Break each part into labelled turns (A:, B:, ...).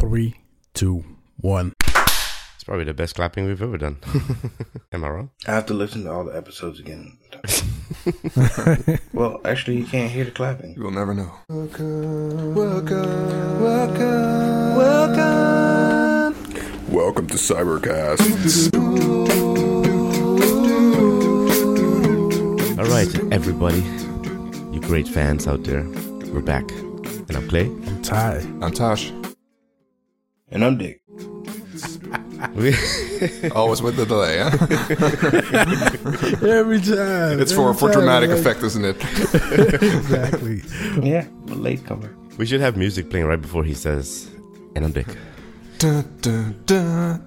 A: Three, two, one.
B: It's probably the best clapping we've ever done. Am I wrong?
C: I have to listen to all the episodes again. well, actually, you can't hear the clapping.
D: You'll never know. Welcome, welcome, welcome, welcome. Welcome to Cybercast.
B: All right, everybody, you great fans out there, we're back, and I'm Clay.
A: Ty.
D: I'm Tosh.
C: And I'm Dick.
B: We-
D: Always with the delay, huh?
A: Every time.
D: It's for, for dramatic effect, isn't it?
A: Exactly.
C: Yeah, but latecomer.
B: we should have music playing right before he says, "And I'm Dick."
D: Dun, dun, dun.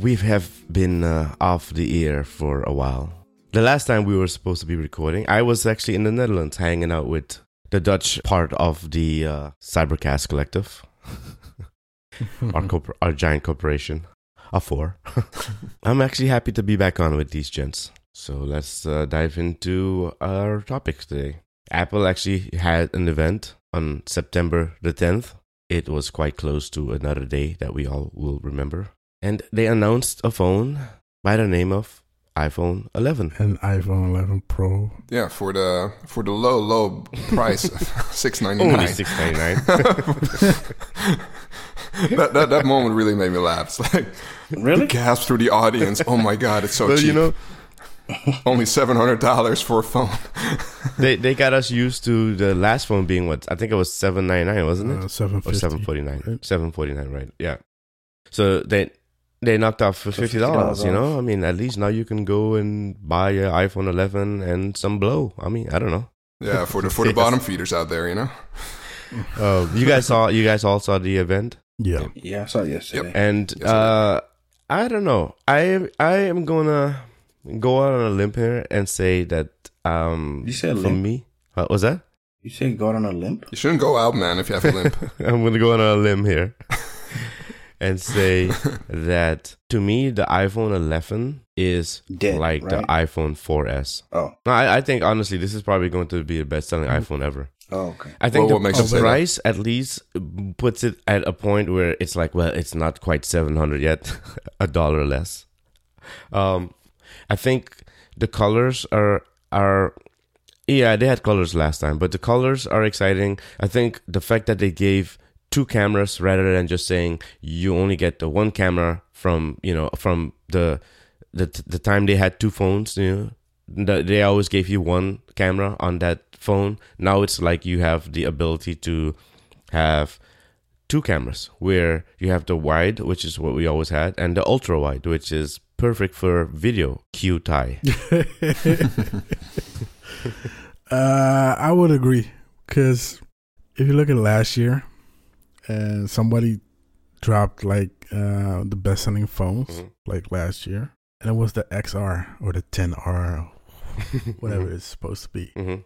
B: We have been uh, off the air for a while. The last time we were supposed to be recording, I was actually in the Netherlands hanging out with the Dutch part of the uh, Cybercast Collective, our,
A: Mm-hmm.
B: corpor- our giant corporation, our four. I'm actually happy to be back on with these gents. So let's uh, dive into our topics today. Apple actually had an event on September the 10th. It was quite close to another day that we all will remember. And they announced a phone by the name of iPhone 11.
A: An iPhone 11 Pro.
D: Yeah, for the for the low low price of six ninety
B: Only
D: nine.
B: $6.99.
D: That, that that moment really made me laugh. It's like
C: Really?
D: gasp through the audience. Oh my god, it's so
B: Well,
D: cheap.
B: you know,
D: Only seven hundred dollars for a phone.
B: they they got us used to the last phone being what I think it was seven ninety nine, wasn't it?
A: Uh,
B: or
A: 750.
B: seven forty nine.
A: right?
B: Seven forty nine, right? Yeah. So they they knocked off for
C: For
B: fifty dollars.
C: $50
B: You know,
C: off.
B: I mean, at least now you can go and buy an iPhone eleven and some blow. I mean, I don't know.
D: Yeah, for the for the
B: Yes.
D: bottom feeders out there, you know.
C: Oh.
B: Uh, you guys saw you guys all saw the event,
A: Yeah.
C: Yeah, I saw it yesterday.
B: and
D: Yes, I
B: uh, I don't know. I I am gonna go out on a limb here and say that um
C: You said
B: for
C: limp.
B: me what was that
C: You said go out on a limp?
D: You shouldn't go out, man, if you have a limp.
B: I'm going to go on a limb here and say that to me, the iPhone 11 is
C: Dead,
B: like the
C: right?
B: iPhone 4S.
C: Oh,
B: No, I, I think honestly, this is probably going to be the best selling iPhone ever.
C: oh okay.
B: I think
D: Well, what makes
B: the
D: you say that?
B: price at least puts it at a point where it's like, well, it's not quite 700 yet, a dollar less. Um, I think the colors are are yeah, they had colors last time, but the colors are exciting. I think the fact that they gave two cameras rather than just saying you only get the one camera from you know from the the the time they had two phones, you know, the, they always gave you one camera on that phone. Now it's like you have the ability to have two cameras where you have the wide, which is what we always had, and the ultra wide, which is perfect for video. Cute eye.
A: Uh, I would agree. Because if you look at last year, uh, somebody dropped like uh, the best selling phones
D: Mm-hmm.
B: Mhm.
A: like last year. And it was the XR or the 10R,
D: Mm-hmm.
A: whatever it's supposed to be.
B: Mhm.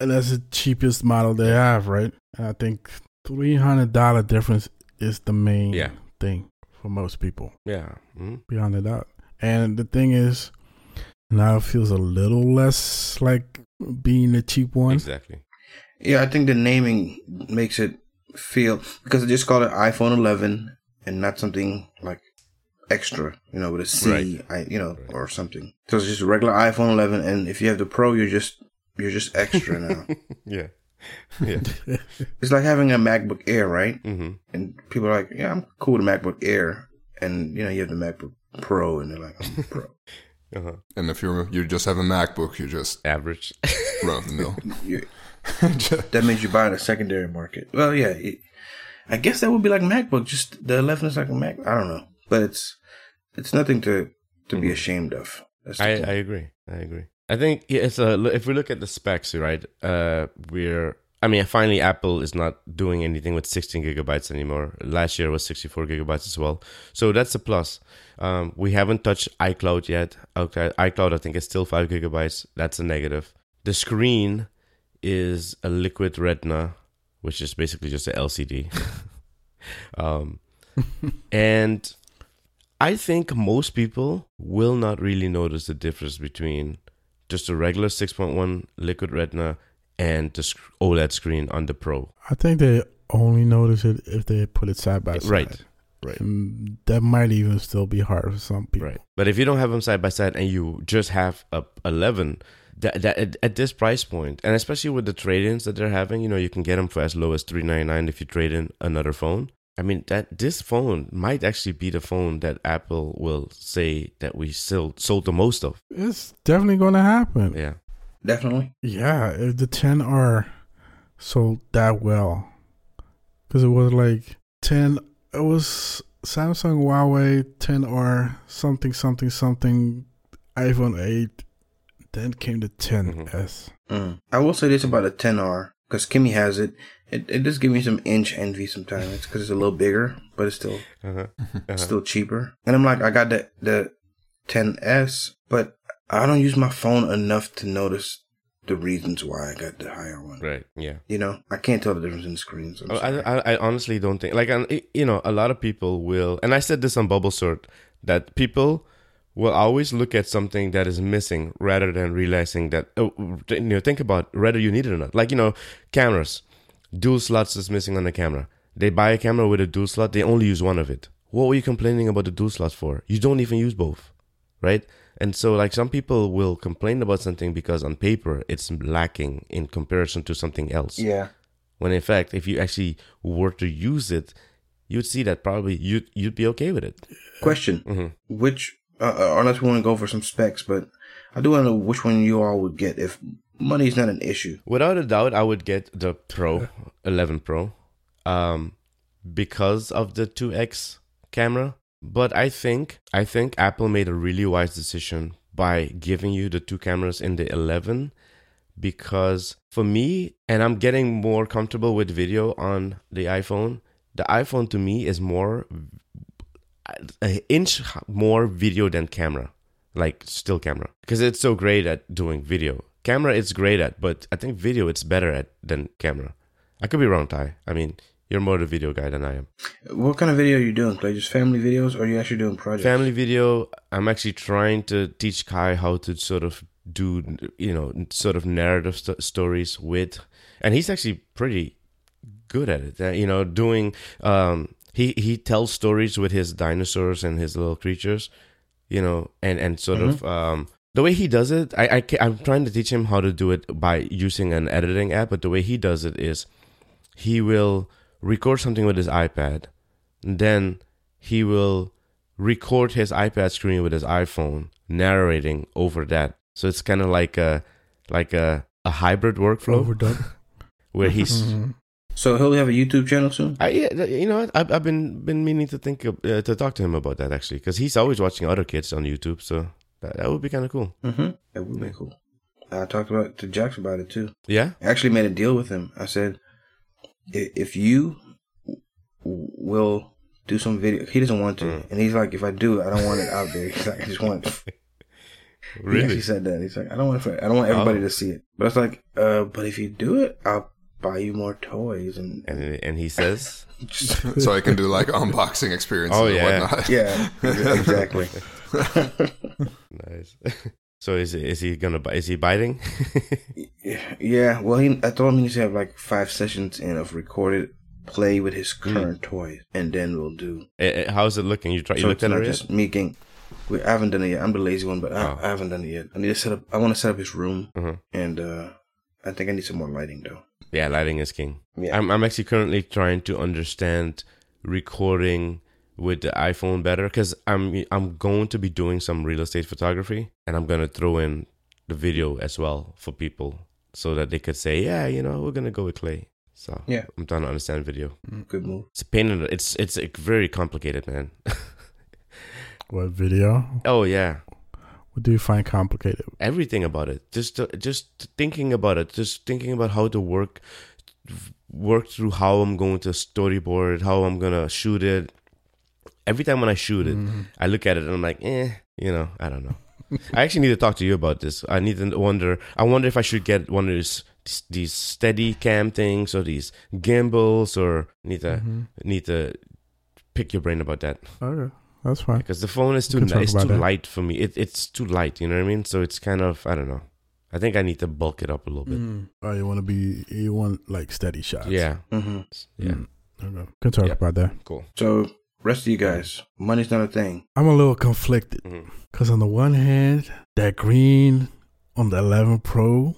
A: And that's the cheapest model they have, right? And I think three hundred dollar difference is the main
B: Yeah.
A: thing for most people.
B: Yeah. Mhm.
A: Beyond a doubt. And the thing is, now it feels a little less like being the cheap one.
B: Exactly.
C: Yeah, I think the naming makes it feel because they just called it iPhone 11 and not something like extra, you know, with a C, I
B: Right.
C: you know,
B: Right.
C: or something. So it's just a regular iPhone 11, and if you have the Pro, you're just you're just extra now.
B: Yeah. Yeah.
C: it's like having a MacBook Air, right?
B: hmm
C: and people are like, "Yeah, I'm cool with the MacBook Air," and you know, you have the MacBook Pro, and they're like, "I'm "Pro,
B: uh
D: and if you you just have a MacBook, you just
B: Average.
D: run of the mill.
C: You- that means you buy in a secondary market." Well, yeah, it, I guess that would be like MacBook. Just the 11 is like a Mac. I don't know, but it's it's nothing to to be ashamed of. That's the
B: Mm-hmm. I,
C: thing.
B: I agree. I agree. I think yeah, it's a. If we look at the specs, right? Uh, we're. I mean, finally, Apple is not doing anything with 16 gigabytes anymore. Last year was 64 gigabytes as well. So that's a plus. Um, we haven't touched iCloud yet. Okay, iCloud, I think, is still five gigabytes. That's a negative. The screen is a liquid retina, which is basically just a LCD. um, and I think most people will not really notice the difference between just a regular 6.1 liquid retina and the sc- OLED screen on the Pro.
A: I think they only notice it if they put it side by side.
B: Right. Right.
A: And that might even still be hard for some people.
B: Right. But if you don't have them side by side and you just have a 11 that, that at, at this price point and especially with the trade-ins that they're having, you know, you can get them for as low as 399 if you trade in another phone. I mean, that this phone might actually be the phone that Apple will say that we still sold the most of.
A: It's definitely going to happen.
B: Yeah.
C: Definitely.
A: Yeah, if the 10 are sold that well, because it was like 10, it was Samsung, Huawei, 10R, something, something, something, iPhone 8, then came the 10S.
B: Mm-hmm.
C: Mm. I will say this about a 10R because Kimmy has it. It it does give me some inch envy sometimes. It's because it's a little bigger, but it's still
B: Uh-huh.
C: it's still cheaper. And I'm like, I got the the 10s, but I don't use my phone enough to notice the reasons why I got the higher one.
B: Right. Yeah.
C: You know, I can't tell the difference in the screens. I'm
B: Oh,
C: sorry.
B: I, I, I honestly don't think like and, you know a lot of people will and I said this on Bubble Sort that people will always look at something that is missing rather than realizing that oh, you know think about whether you need it or not like you know cameras dual slots is missing on the camera they buy a camera with a dual slot they only use one of it what were you complaining about the dual slot for you don't even use both right? And so, like, some people will complain about something because on paper it's lacking in comparison to something else.
C: yeah.
B: When in fact, if you actually were to use it, you'd see that probably you'd you'd be okay with it.
C: Question:
B: Mm-hmm.
C: Which, uh, uh, unless we want to go for some specs, but I do want to know which one you all would get if money's not an issue.
B: Without a doubt, I would get the Pro 11 Pro um, because of the 2x camera. But I think I think Apple made a really wise decision by giving you the two cameras in the 11 because for me, and I'm getting more comfortable with video on the iPhone. The iPhone to me is more an inch h- more video than camera, like still camera, because it's so great at doing video. Camera, it's great at, but I think video, it's better at than camera. I could be wrong, Ty. I mean, you're more the video guy than I am.
C: What kind of video are you doing? Clay? Just family videos, or are you actually doing projects?
B: Family video, I'm actually trying to teach Kai how to sort of do, you know, sort of narrative st- stories with, and he's actually pretty good at it. Uh, You know, doing, um, he, he tells stories with his dinosaurs and his little creatures, you know, and, and sort of, um, the way he does it, I, I, ca- I'm trying to teach him how to do it by using an editing app, but the way he does it is he will record something with his iPad, then he will record his iPad screen with his iPhone, narrating over that. So it's kind of like a like a, a hybrid workflow
A: Overdone.
B: where he's
A: Mm-hmm.
C: So he'll have a YouTube channel soon.
B: I yeah, th- you know what? I've, I've been been meaning to think of, uh, to talk to him about that actually because he's always watching other kids on YouTube, so that, that would be kind of cool.
C: Mm-hmm. That would be cool. I talked about to Jax about it too.
B: Yeah,
C: I actually made a deal with him. I said, "I- if you w- will do some video, he doesn't want to, and he's like, if I do, I don't want it out there. He's like, I just want. It. He
B: really.
C: actually said that. He's like, I don't want, it for, I don't want everybody to see it. But I was like, uh, but if you do it, I'll buy you more toys and
B: And and he says,
D: so I can do like unboxing experiences
B: Oh,
D: and
B: yeah.
D: whatnot.
C: yeah, exactly.
B: nice. so is is he gonna bi- is he biting?
C: yeah. Well, he, I told him he needs to have like five sessions in of recorded play with his
B: Hmm.
C: current toys, and then we'll do
B: Eh, eh, How's it looking? You try you
C: So
B: looked
C: it's
B: at
C: not
B: it
C: just
B: yet? Oh.
C: me getting. Wait, I haven't done it yet. I'm the lazy one, but I, I haven't done it yet. I need to set up. I want to set up his room,
B: Mm-hmm.
C: and uh, I think I need some more lighting though.
B: Yeah, lighting is king.
C: Yeah.
B: I'm I'm actually currently trying to understand recording with the iPhone better because I'm I'm going to be doing some real estate photography and I'm gonna throw in the video as well for people so that they could say, yeah, you know, we're gonna go with Clay. So
C: Yeah.
B: I'm trying to understand video.
C: Good move.
B: It's a pain. In the, it's it's like, very complicated, man.
A: What video?
B: oh yeah.
A: What do you find complicated?
B: everything about it just uh, just thinking about it just thinking about how to work work through how i'm going to storyboard how i'm gonna shoot it every time when i shoot it i look at it and i'm like eh you know i don't know i actually need to talk to you about this i need to wonder i wonder if i should get one of these these steady cam things or these gimbals or need to need to pick your brain about that
A: Okay, that's fine.
B: because the phone is too
A: can talk
B: it's
A: about
B: too
A: that.
B: light for me. It it's too light, you know what I mean? So it's kind of I don't know. I I think I need to bulk it up a little bit.
A: Oh, you want to be you want like steady shots.
B: Yeah.
C: Mm-hmm.
B: Yeah.
A: Mm. Okay. Can talk
B: Yep.
A: about that.
B: Cool.
C: So, rest of you guys, money's not a thing.
A: I'm a little conflicted
B: Mhm.
A: because on the one hand, that green on the 11 Pro,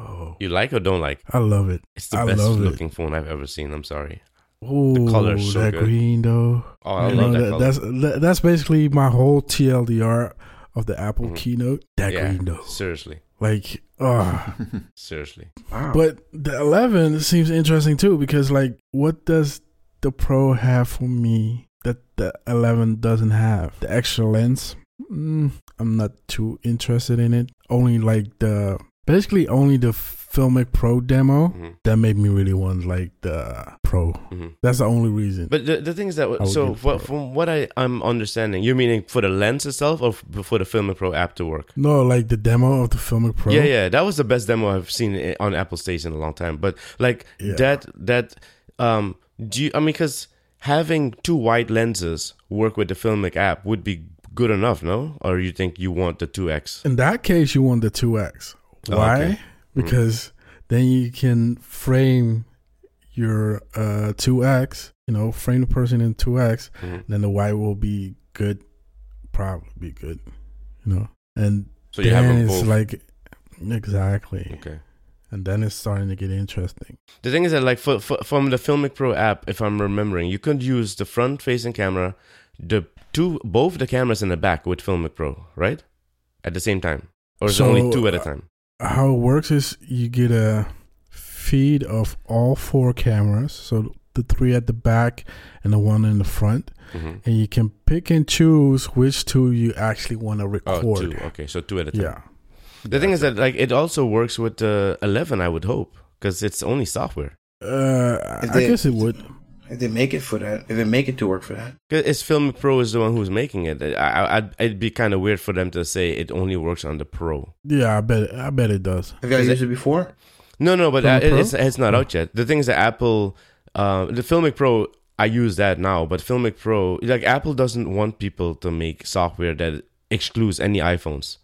A: oh,
B: You like or don't like?
A: I love it.
B: It's the
A: I
B: best
A: love it.
B: looking phone I've ever seen. I'm sorry.
A: Oh,
B: color's so
A: that
B: good.
A: green though.
B: Oh, I
A: You
B: love that, color.
A: that's that, that's basically my whole TLDR of the Apple
B: Mhm.
A: keynote. That
B: yeah.
A: green though,
B: Seriously.
A: like, ah.
B: Seriously.
C: Wow.
A: But the 11 seems interesting too because, like, what does the Pro have for me that the 11 doesn't have? The extra lens, mm, I'm not too interested in it. Only like the basically only the Filmic Pro demo
B: Mhm.
A: that made me really want like the Pro.
B: Mhm.
A: That's the only reason.
B: But the, the thing is that
A: would
B: so
A: give
B: what,
A: Pro.
B: from what I I'm understanding, you're meaning for the lens itself or f- for the Filmic Pro app to work?
A: no, like the demo of the Filmic Pro.
B: Yeah, yeah, that was the best demo I've seen i- on Apple stage in a long time. But like
A: Yeah.
B: that, that, um, do you? I mean, because having two wide lenses work with the Filmic app would be good enough, no? Or you think you want the two X?
A: In that case, you want the 2X.
B: Oh,
A: Why?
B: okay.
A: Because then you can frame your uh, 2X, you know, frame the person in 2X,
B: Mhm.
A: then the Y will be good, probably be good, you know. And
B: So you have
A: then
B: them
A: it's
B: both.
A: like, exactly.
B: okay.
A: And then it's starting to get interesting.
B: The thing is that like for, for, from the Filmic Pro app, if I'm remembering, you could use the front-facing camera, the two both the cameras in the back with Filmic Pro, right? At the same time, or is
A: So,
B: it only two at a
A: uh,
B: time?
A: how it works is you get a feed of all four cameras so the three at the back and the one in the front
B: Mhm.
A: and you can pick and choose which two you actually want to
B: Oh,
A: record
B: two. Okay, so two at a time.
A: yeah
B: The thing is that like it also works with uh, 11, I would hope, because it's only software.
A: uh,
C: Is
A: i
C: it-
A: guess it would
C: if they make it for that, if they make it to work for that,
B: 'Cause It's Filmic Pro is the one who's making it. I, I, I'd, it'd be kind of weird for them to say it only works on the Pro.
A: yeah i bet i bet it does
C: have y'all
B: Is it-
C: used it before?
B: No, no, but uh,
A: Filmic
B: it,
A: Pro?
B: it's it's not out yet. The thing is that Apple, uh, the Filmic Pro, I use that now, but Filmic Pro, like Apple doesn't want people to make software that excludes any iPhones,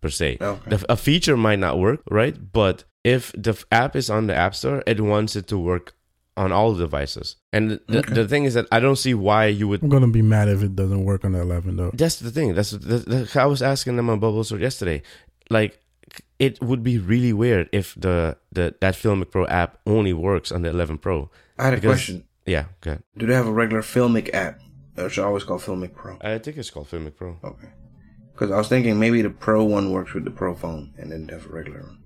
B: per se.
C: Okay.
B: The, a feature might not work, right? But if the f- app is on the App Store, it wants it to work on all devices. And the, the thing is that I don't see why you would.
A: i'm gonna be mad if it doesn't work on the 11 though
B: That's the thing. That's, that's, that's I was asking them on Bubble Store yesterday. Like, it would be really weird if the, the that Filmic Pro app only works on the 11 Pro.
C: I had a
B: Because-
C: question.
B: Yeah, good.
C: Do they have a regular Filmic app? Or should I always call Filmic Pro?
B: I think it's called Filmic Pro.
C: Okay. Because I was thinking maybe the Pro one works with the Pro phone and then they have a regular one.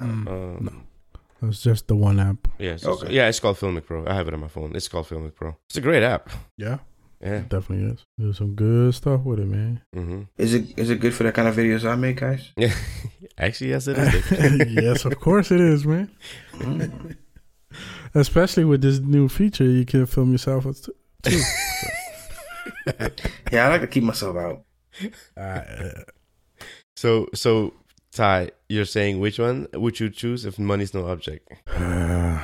A: Mm.
B: Uh,
A: it's just the one app
B: yeah, it's- it's-
C: Okay.
B: yeah, it's called Filmic Pro. I have it on my phone. It's called Filmic Pro. It's a great app.
A: yeah
B: Yeah.
A: it definitely is there's some good stuff with it man
B: hmm
C: Is it is it good for the kind of videos I make, guys?
B: Yeah. Actually, yes, it is.
A: yes of course it is man
C: Mm.
A: especially with this new feature you can film yourself with
C: Yeah, I like to keep myself out.
A: Uh,
B: So so Ty, you're saying which one would you choose if money's no object?
A: uh,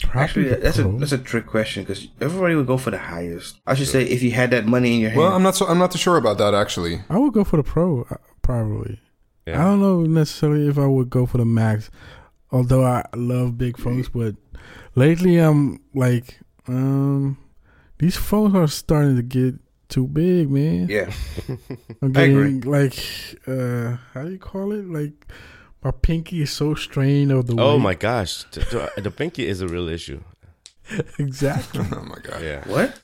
A: probably
C: Actually,
A: the
C: that's a
A: Pro.
C: that's a trick question because everybody would go for the highest. I should say if you had that money in your hand.
D: well, I'm not so I'm not too sure about that actually.
A: I would go for the Pro uh, probably. I don't know necessarily if I would go for the Max, although I love big phones. But lately, I'm like, um, these phones are starting to get too big, man.
C: yeah,
A: I'm
C: I
A: getting
C: agree.
A: like, uh, how do you call it? Like, my pinky is so strained of the.
B: Oh
A: weight.
B: my gosh, T- t- the pinky is a real issue.
A: Exactly.
D: oh my god.
B: Yeah,
C: what?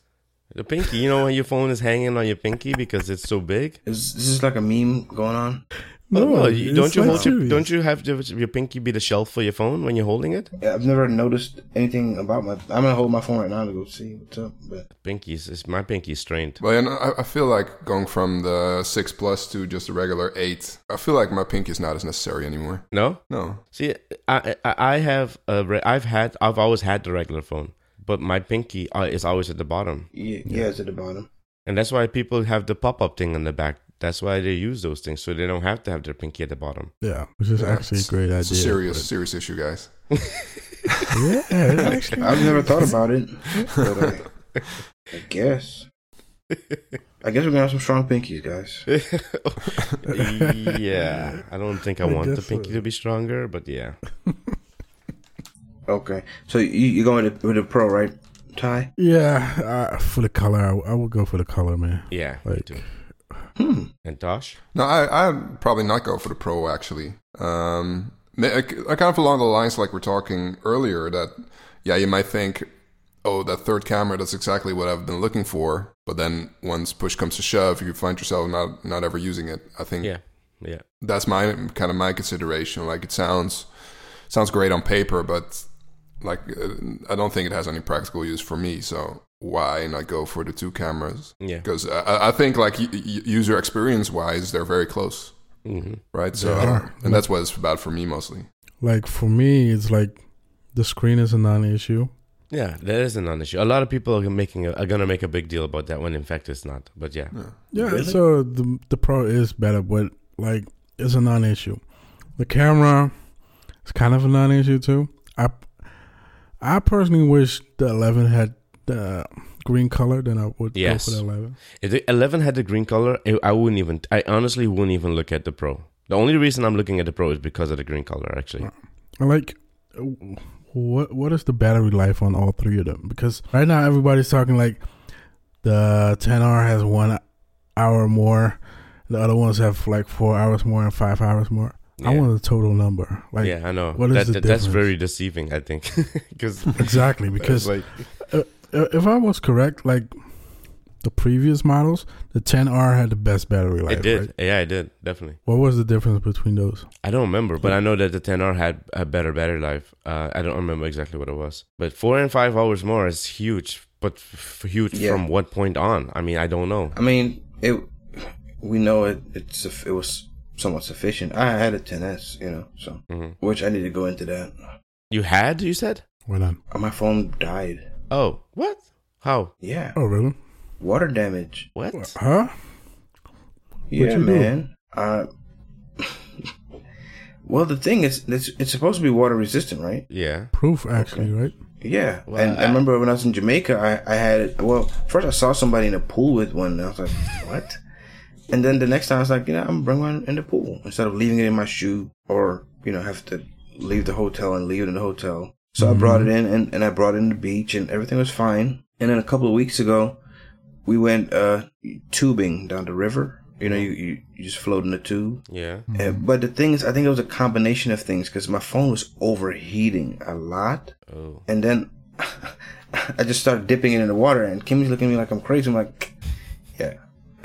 B: the pinky. You know when your phone is hanging on your pinky because it's so big.
C: Is this is like a meme going on?
B: Oh, well, you- don't
A: it's
B: you
A: not
B: hold your,
A: serious.
B: don't you have your, your pinky be the shelf for your phone when you're holding it?
C: Yeah, I've never noticed anything about my. I'm gonna hold my phone right now to go see what's up. But
B: Pinkies, is my pinky is strained.
D: Well, and I, I feel like going from the six plus to just a regular eight. I feel like my pink is not as necessary anymore.
B: No,
D: No,
B: see, I I, I have a re- I've had I've always had the regular phone, but my pinky uh, is always at the bottom,
C: yeah, yeah, it's at the bottom.
B: and that's why people have the pop up thing on the back. That's why they use those things so they don't have to have their pinky at the bottom.
A: Yeah, which is
D: Yeah,
A: actually a
D: it's-
A: great idea.
D: it's a serious serious issue, guys.
A: but- Yeah, it's actually.
C: I've never thought about it. But I, I uh, guess I guess we're gonna have some strong pinkies, guys.
B: yeah, I don't think I,
A: I
B: want the
A: guess
B: pinky
A: so.
B: to be stronger, but yeah,
C: Okay, so you, you're going with the, with the pro, right, Ty?
A: Yeah, uh, for the color, I, I would go for the color, man.
B: yeah. me
A: Like,
B: too. And Tosh,
D: No, I I'd probably not go for the pro actually. Um, ma- I- I kind of along the lines like we're talking earlier that yeah, you might think, oh, that third camera, that's exactly what I've been looking for. But then once push comes to shove, you find yourself not not ever using it. I think
B: yeah, yeah,
D: that's my kind of my consideration. Like it sounds sounds great on paper, but like uh, I don't think it has any practical use for me. So why not go for the two cameras?
B: yeah.
D: Because I, I think like y- y- user experience wise, they're very close,
B: hmm
D: right? So
A: Yeah.
D: and that's what it's about for me mostly.
A: like for me, it's like the screen is a non-issue.
B: Yeah, that is a non-issue. A lot of people are making a, are gonna make a big deal about that when in fact it's not. But yeah,
A: Yeah,
C: Really?
A: so the the pro is better, but like it's a non-issue. The camera is kind of a non-issue too. I I personally wish the 11 had the green color, then I would
B: Yes.
A: go for the 11.
B: if the 11 had the green color, I, I wouldn't even. I honestly wouldn't even look at the Pro. The only reason I'm looking at the Pro is because of the green color. Actually,
A: And like, w- what what is the battery life on all three of them? Because right now everybody's talking like the 10R has one hour more, the other ones have like four hours more and five hours more. I
B: Yeah.
A: want the total number, like
B: yeah, I know.
A: what is
B: That-
A: the
B: that- that's
A: difference?
B: very deceiving. I think because
A: exactly because
B: like
A: Uh, if I was correct, like the previous models, the 10R had the best battery life.
B: it did.
A: Right?
B: Yeah, it did definitely.
A: What was the difference between those?
B: I don't remember, but I know that the 10R had a better battery life. Uh, I don't remember exactly what it was, but four and five hours more is huge. But f- huge
C: Yeah.
B: from what point on? I mean, I don't know.
C: I mean, it. We know it. It's it was somewhat sufficient. I had a 10s, you know, so
A: Mm-hmm.
B: Mhm.
C: which I need to go into that.
B: You had, you said?
A: Well done.
C: Uh, My phone died.
B: Oh, what? How?
C: Yeah,
A: Oh, really?
C: water damage.
B: What?
A: Huh?
C: Yeah,
A: you do?
C: man. Uh, well, the thing is, it's, it's supposed to be water resistant, right?
B: Yeah.
A: Proof, actually, right?
C: Yeah,
B: Well,
C: and I,
B: I-
C: remember when I was in Jamaica, I, I had it. Well, first I saw somebody in a pool with one, and I was like, what? And then the next time I was like, you know, I'm gonna bring one in the pool instead of leaving it in my shoe or you know have to leave the hotel and leave it in the hotel. So I brought it
B: Mm-hmm.
C: in and, and I brought it in the beach and everything was fine. And then a couple of weeks ago, we went uh tubing down the river. You know, you, you, you just float in the tube.
B: Yeah.
C: Uh, but the thing is, I think it was a combination of things because my phone was overheating a lot
B: Oh.
C: and then I just started dipping it in the water, and Kimmy's looking at me like I'm crazy. I'm like, yeah.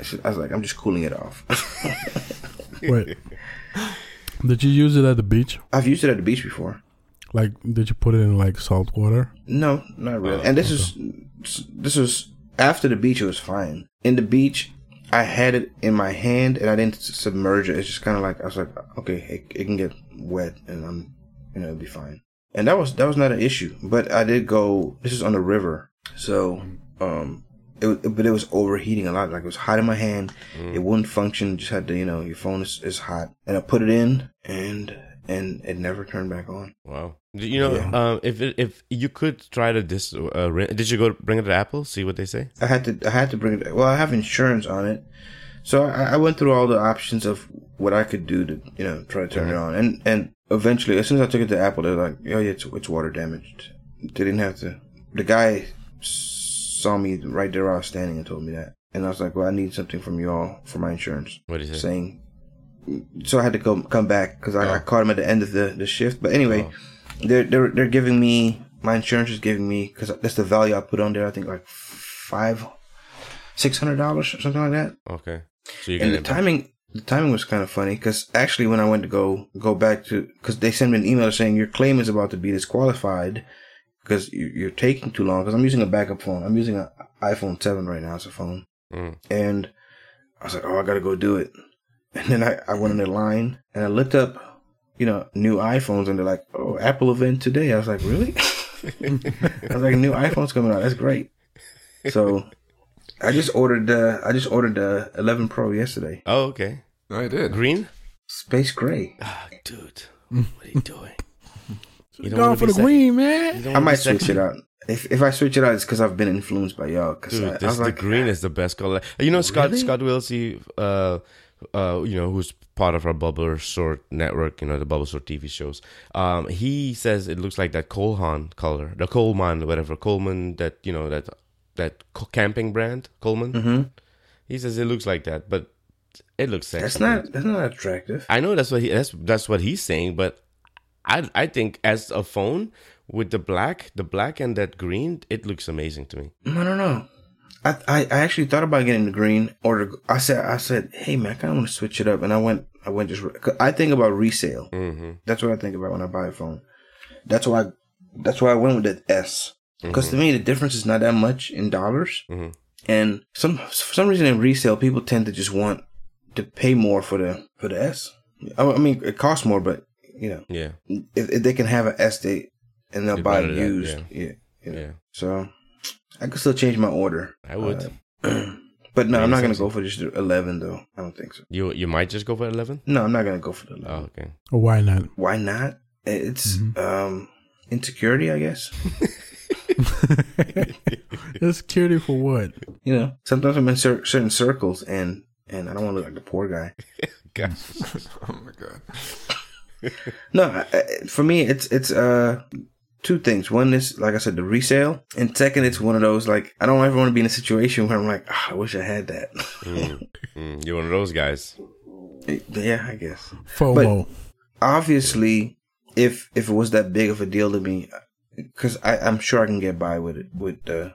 C: I should- I was like, I'm just cooling it off.
A: Wait. did you use it at the beach?
C: I've used it at the beach before.
A: Like, did you put it in like salt water?
C: No, not really. and this is this is after the beach. It was fine. In the beach, I had it in my hand, and I didn't s- submerge it. It's just kind of like I was like, okay, it, it can get wet, and I'm, you know, it'll be fine. And that was that was not an issue. But I did go. This is on the river, so um, it, wa- but it was overheating a lot. Like it was hot in my hand. It wouldn't function. Just had to, you know, your phone is, is hot. And I put it in, and and it never turned back on.
B: Wow. Do You know, um, if it, if you could try to dis, uh, ri- did you go bring it to Apple? See what they say.
C: I had to I had to bring it. Well, I have insurance on it, so I, I went through all the options of what I could do to you know try to turn it on, and and eventually, as soon as I took it to Apple, they're like, "Oh yeah, it's it's water damaged." They didn't have to. The guy saw me right there where I was standing and told me that, and I was like, "Well, I need something from you all for my insurance,"
B: What is it?
C: saying. So I had to come come back because I, I caught him at the end of the, the shift. But anyway, they're they're they're giving me my insurance is giving me because that's the value I put on there. I think like five, six hundred dollars or something like that.
B: Okay. So you're
C: And
B: gonna
C: the timing the timing was kind of funny because actually when I went to go go back to because they sent me an email saying your claim is about to be disqualified because you, you're taking too long because I'm using a backup phone. I'm using an iPhone seven right now as a phone
B: Mm.
C: and I was like, oh, I gotta go do it. And then I, I went in the line and I looked up, you know, new iPhones and they're like, oh, Apple event today. I was like, really? I was like, new iPhone's coming out. That's great. So I just ordered the I just ordered the 11 Pro yesterday.
B: Oh, okay.
D: No, I did.
B: Green.
C: Space gray.
B: Ah,
C: Hmm.
B: dude, what are you doing? You don't
A: Go
B: wanna
A: for
B: be
A: the
B: sec-
A: green,
B: you
A: man.
B: don't
C: I
B: wanna be
C: might switch
B: sexy.
C: it out. If if I switch it out, it's because I've been influenced by y'all. Because
B: Dude,
C: I, I
B: this,
C: was
B: the
C: like, "Ah."
B: green is the best color. You know, Scott
C: Really?
B: Scott Wilsey, uh, uh, you know, who's part of our Bubble Sort network, you know, the Bubble Sort TV shows. Um, he says it looks like that Colhan color, the Coleman, whatever Coleman that you know that that co- camping brand Coleman.
C: Mm-hmm.
B: He says it looks like that, but it looks sexy.
C: that's not that's not attractive.
B: I know that's what he that's that's what he's saying, but I I think as a phone with the black, the black and that green, it looks amazing to me.
C: I don't know. I, I I actually thought about getting the green or the, I said I said, hey man, I kind of want to switch it up, and I went I went just re- 'cause I think about resale.
B: Mm-hmm.
C: That's what I think about when I buy a phone. That's why that's why I went with that S because
B: Mm-hmm.
C: to me the difference is not that much in dollars,
B: Mhm.
C: and some for some reason in resale people tend to just want to pay more for the for the S. I, I mean it costs more, but you know
B: Yeah,
C: if, if they can have an S date and they'll
B: They
C: buy
B: better
C: it
B: that,
C: used,
B: yeah.
C: yeah. you know.
B: yeah.
C: So I could still change my order. Uh,
B: I would.
C: But no,
B: Yeah,
C: I'm not gonna
B: exactly.
C: go for just the 11 though. I don't think so.
B: you you might just go for eleven.
C: No, I'm not gonna go for the 11.
B: Oh, okay.
A: Oh, why not?
C: Why not? It's um insecurity, I guess.
A: It's security for what?
C: you know, sometimes I'm in cer- certain circles and and I don't want to look like the poor guy.
B: God.
D: Oh my god.
C: No, I, I- for me, it's it's uh two things. One is like I said, the resale, and second, it's one of those like I don't ever want to be in a situation where I'm like, "Ah, I wish I had that.
B: Mm, you're one of those guys.
C: yeah, I guess.
A: FOMO.
C: obviously if if it was that big of a deal to me because i'm sure i can get by with it with the,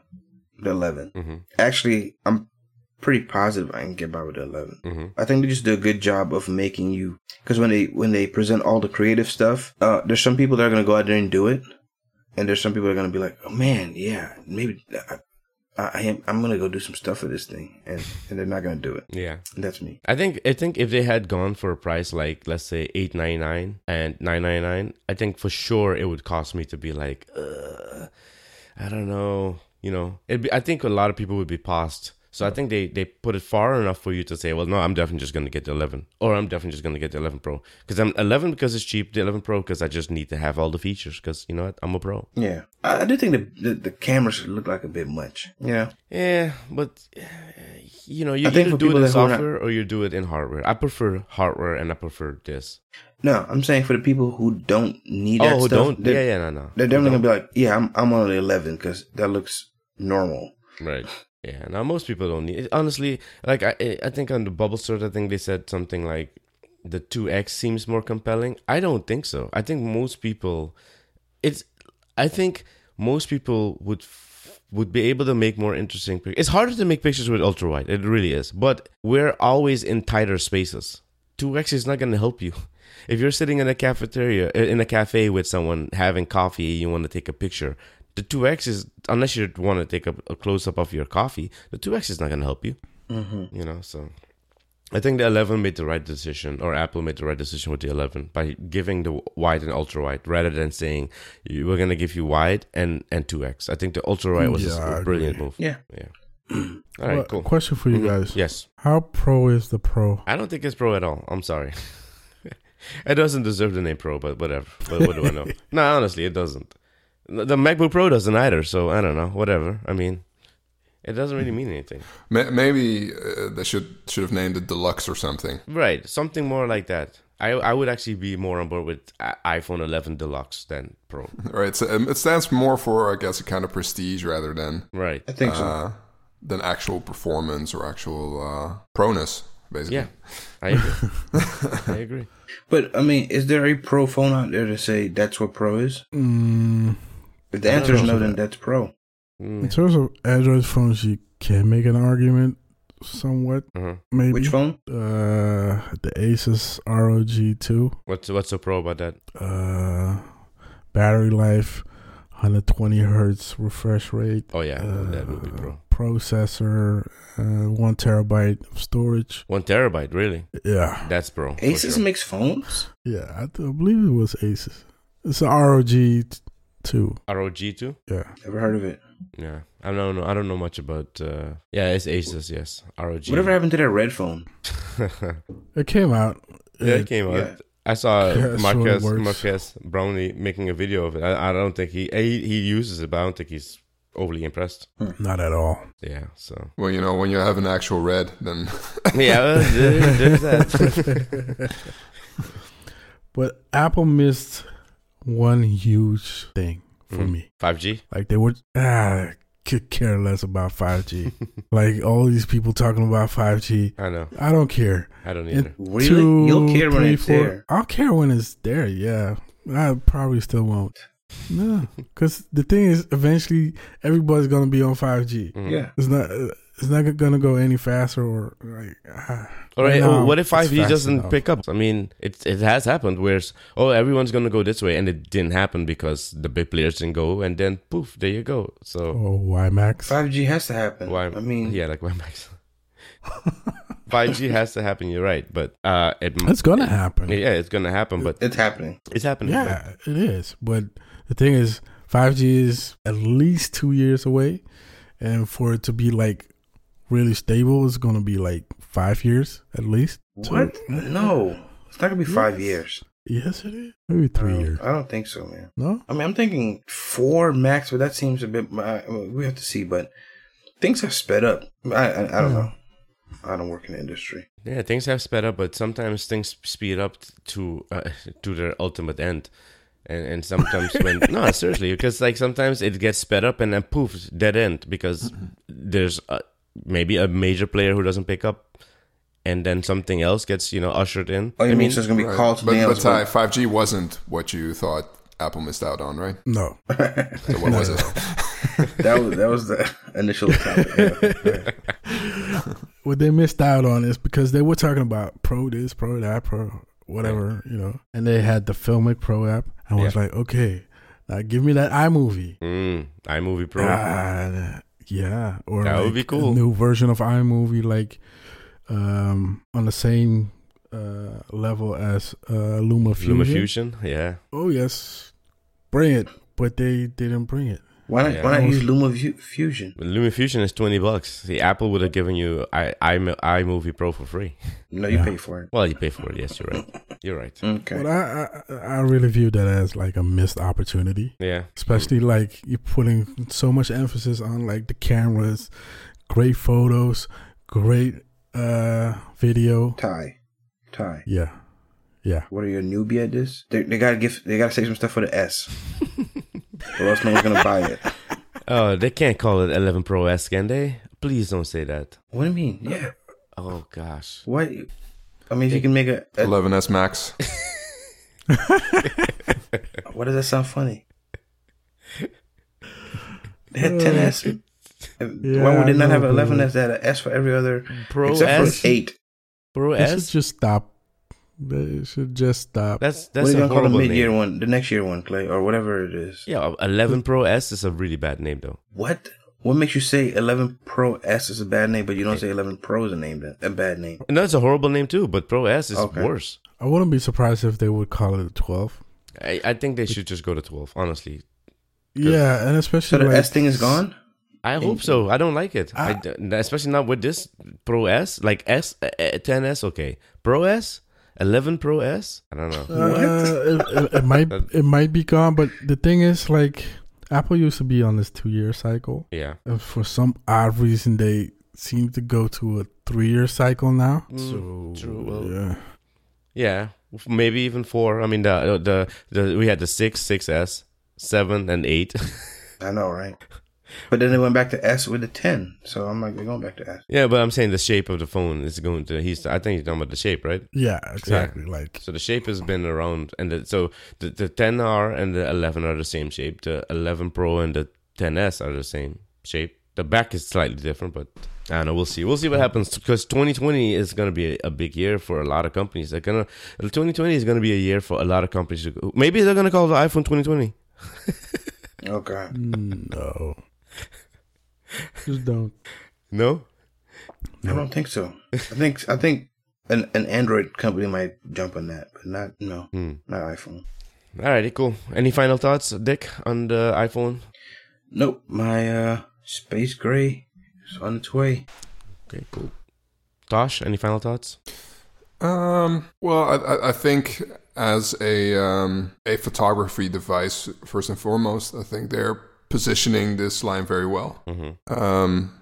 C: the 11
B: Mhm.
C: actually i'm pretty positive i can get by with the 11
B: Mhm.
C: i think they just do a good job of making you because when they when they present all the creative stuff uh there's some people that are gonna go out there and do it and there's some people that are gonna be like oh man yeah maybe i, I, I am i'm gonna go do some stuff for this thing and and they're not gonna do it
B: Yeah,
C: and that's me
B: I think I think if they had gone for a price like let's say eight ninety nine and nine ninety nine, I think for sure it would cost me to be like, uh, I don't know, you know. It'd be, I think a lot of people would be past. So I think they they put it far enough for you to say, well, no, I'm definitely just gonna get the eleven, or I'm definitely just gonna get the eleven Pro because I'm eleven because it's cheap, the eleven Pro because I just need to have all the features because you know what, I'm a pro.
C: yeah i, I do think the, the the cameras look like a bit much yeah
B: Yeah, but uh, you know, you
C: I think
B: either
C: for
B: do it in
C: people that who are not-
B: software or you do it in hardware. I prefer hardware, and I prefer this.
C: No, I'm saying for the people who don't need that
B: oh,
C: stuff.
B: don't.
C: They're,
B: yeah, yeah, no, no.
C: they're definitely gonna be like, yeah, I'm I'm on the 11 because that looks normal.
B: Right. Yeah. Now most people don't need. It. Honestly, like I, eh, I- I think on the bubble sort, I think they said something like the two X seems more compelling. I don't think so. I think most people, it's. I think most people would f- would be able to make more interesting. Pic- it's harder to make pictures with ultra wide. It really is. But we're always in tighter spaces. Two X is not going to help you. If you're sitting in a cafeteria, in a cafe with someone having coffee, you want to take a picture. The two X is unless you want to take a, a close up of your coffee. The two X is not going to help you. You know, so I think the 11 made the right decision, or Apple made the right decision with the 11 by giving the wide and ultra wide rather than saying "You- we're going to give you wide and and 2x. I think the ultra wide was
A: Yeah, I
B: a
A: agree.
B: brilliant move.
C: Yeah.
B: Yeah. All right,
A: Well,
B: cool. Mm-hmm.
A: Question for you guys:
B: Yes.
A: How pro is the pro?
B: I don't think it's pro at all. I'm sorry. it doesn't deserve the name pro, but whatever. But what do I know? no, honestly, it doesn't. The MacBook Pro doesn't either, so I don't know. Whatever. I mean, it doesn't really mean anything.
D: Ma- Maybe uh, they should should have named it deluxe or something.
B: Right, something more like that. I I would actually be more on board with i- iPhone 11 Deluxe than Pro.
D: Right? So um, it stands more for, I guess, a kind of prestige rather than
B: Right.
C: I think so.
D: uh, than actual performance or actual uh, proness, basically.
B: Yeah, I agree. I agree.
C: But I mean, is there a pro phone out there to say that's what pro is?
A: Mm,
C: If the answer is no, then that's pro.
A: in
B: Mm,
A: terms of Android phones, you can make an argument, somewhat
B: uh-huh.
A: maybe.
C: Which phone?
A: Uh, the Asus ROG two.
B: What's what's so pro about that?
A: Uh, battery life, 120 hertz refresh rate.
B: Oh yeah, that would be
A: uh,
B: pro.
A: Processor, uh, one terabyte of storage.
B: One terabyte, really?
A: Yeah,
B: That's pro. for
C: Asus
B: sure.
C: makes phones.
A: yeah. I, th- I believe it was Asus. It's a ROG t- two.
B: ROG too?
A: Yeah.
C: Never heard of it.
B: Yeah, I don't know. I don't know much about. Uh, yeah, it's Asus. Yes, ROG.
C: Whatever happened to that red phone?
B: yeah,
A: It came out.
B: it came out.
C: Yeah.
B: I saw
A: Yeah, it sort of
B: Marquez
A: works.
B: Marquez Brownlee making a video of it. I, I don't think he, he he uses it, but I don't think he's overly impressed.
A: Not at all.
B: Yeah, so
D: Well, you know, when you have an actual red, then
B: yeah, well, there- there's that.
A: But Apple missed one huge thing for
B: Mm.
A: me.
B: Five G.
A: Like they would ah, could care less about 5G. like all these people talking about 5G.
B: I know.
A: I don't care.
B: I don't
A: In
B: either.
C: Really?
A: two,
C: You'll care when
A: three,
C: it's
A: four-
C: there.
A: I'll care when it's there. Yeah, I probably still won't. No, because the thing is, eventually everybody's gonna be on 5G.
B: Mhm.
C: Yeah.
A: It's not. uh, It's not gonna go any faster or like. ah.
B: All right.
A: No,
B: oh, what if
A: it's
B: five G
A: fast
B: doesn't
A: enough.
B: pick up? I mean, it it has happened. Where it's, oh, everyone's gonna go this way, and it didn't happen because the big players didn't go, and then poof, there you go. So
A: Oh, why Max?
C: 5G has to happen.
B: why?
C: I mean,
B: yeah, like why Max? Five G has to happen. You're right, but uh, it
A: It's gonna happen.
B: yeah, it's gonna happen, but
C: it's happening.
B: it's happening. right?
A: Yeah, it is. But the thing is, 5G is at least two years away, and for it to be like really stable, it's gonna be like five years at least. So-
C: What? No. It's not going to be five years.
A: Yes, it is. Maybe three
B: Oh,
C: No,
A: years.
C: I don't think so, man.
A: No.
C: I mean, I'm thinking four max, but that seems a bit. Uh, we have to see, but things have sped up. I, I, I don't know. I don't work in the industry.
B: Yeah, things have sped up, but sometimes things speed up t- to uh, to their ultimate end, and and sometimes when no seriously because like sometimes it gets sped up and then poof dead end because
C: Mm-hmm.
B: there's a, maybe a major player who doesn't pick up, and then something else gets you know ushered in.
C: Oh, you
B: I
C: mean,
B: mean,
C: so it's gonna be
D: Right.
C: called
D: But,
C: something else?
D: but Ty, 5G wasn't what you thought Apple missed out on, right?
A: No.
D: So what was it?
C: that was that was the initial topic. Yeah.
A: What they missed out on is because they were talking about pro this, pro that, pro whatever, you know. And they had the Filmic Pro app. I was like, okay, now give me that iMovie.
B: mm, iMovie Pro.
A: Ah, yeah, or
B: That would
A: like
B: be cool.
A: A new version of iMovie, like um, on the same uh, level as uh, Luma Fusion.
B: Luma Fusion, yeah.
A: Oh yes, bring it. But they didn't bring it.
C: Why not?
B: Yeah.
C: Why not use Luma Vu- Fusion?
B: Luma Fusion is twenty bucks. See, Apple would have given you i i iMovie Pro for free.
C: No, you
A: Yeah.
C: pay for it.
B: Well, you pay for it. Yes, you're right. You're right.
C: Okay.
A: But I, I I really view that as like a missed opportunity,
B: Yeah.
A: especially like you're putting so much emphasis on like the cameras, great photos, great uh, video.
C: Ty, Ty,
A: Yeah, yeah.
C: what are you a newbie at this? They, they gotta give. They gotta say some stuff for the S, or else no one's gonna buy it.
B: Oh, they can't call it 11 Pro S, can they? Please don't say that.
C: What do you mean? Yeah.
B: Oh gosh.
C: What? I mean, if you can make a, a
D: 11s Max.
C: Why does that sound funny? They had 10S. Why would they not
A: I
C: have
A: know,
C: 11S? They had an S for every other.
B: Pro
C: except
B: S,
C: for 8.
B: Pro
A: They should
B: S.
A: just stop. They should just stop.
B: That's
C: what
B: that's
C: are you
B: a
C: going to call the
B: horrible
C: mid year
B: name.
C: one? The next year one, Clay, or whatever it is.
B: Yeah, 11 Pro S is a really bad name though.
C: What? What makes you say 11 Pro S is a bad name, but you don't say 11 Pro is a name that a bad name?
B: No, it's a horrible name too, but Pro S is
C: Okay.
B: worse.
A: I wouldn't be surprised if they would call it a 12.
B: I, I think they should just go to 12. Honestly,
A: Yeah, and
C: So
A: especially
C: the
A: like,
C: S thing is gone.
B: I hope so. I don't like it. I
A: Ah.
B: d- especially not with this Pro S. Like S, uh, uh, 10S, okay. Pro S, 11 Pro S. I don't know.
A: uh, it, it, it might it might be gone, but the thing is like Apple used to be on this 2-year cycle,
B: Yeah.
A: and Uh, for some odd reason they seem to go to a 3-year cycle now.
B: Mm,
A: so
B: true, well-
A: yeah.
B: Yeah, maybe even four. I mean, the uh, the, the we had the six, six S, seven, and eight.
C: I know, right? But then they went back to S with the 10. So I'm like, they're going back to S.
B: yeah, but I'm saying the shape of the phone is going to. He's. I think he's talking about the shape, right?
A: Yeah, exactly. Like
B: So the shape has been around, and the, so the the 10R and the 11 are the same shape. The 11 Pro and the 10S are the same shape. The back is slightly different, but I don't know. We'll see. We'll see what happens because 2020 is going to be a, a big year for a lot of companies. They're gonna 2020 is going to be a year for a lot of companies. who- Maybe they're going to call the iPhone 2020.
C: Oh, God.
A: no. Just don't.
B: No,
C: I don't think so. I think I think an, an Android company might jump on that, but not, no, not iPhone.
B: Alrighty, cool. Any final thoughts, Dick, on the iPhone?
C: Nope, my uh space gray is on its way.
B: Okay, cool. Tosh, any final thoughts?
D: Um, well, I- I, I think as a um, a photography device, first and foremost, I think they're positioning this line very well. Um,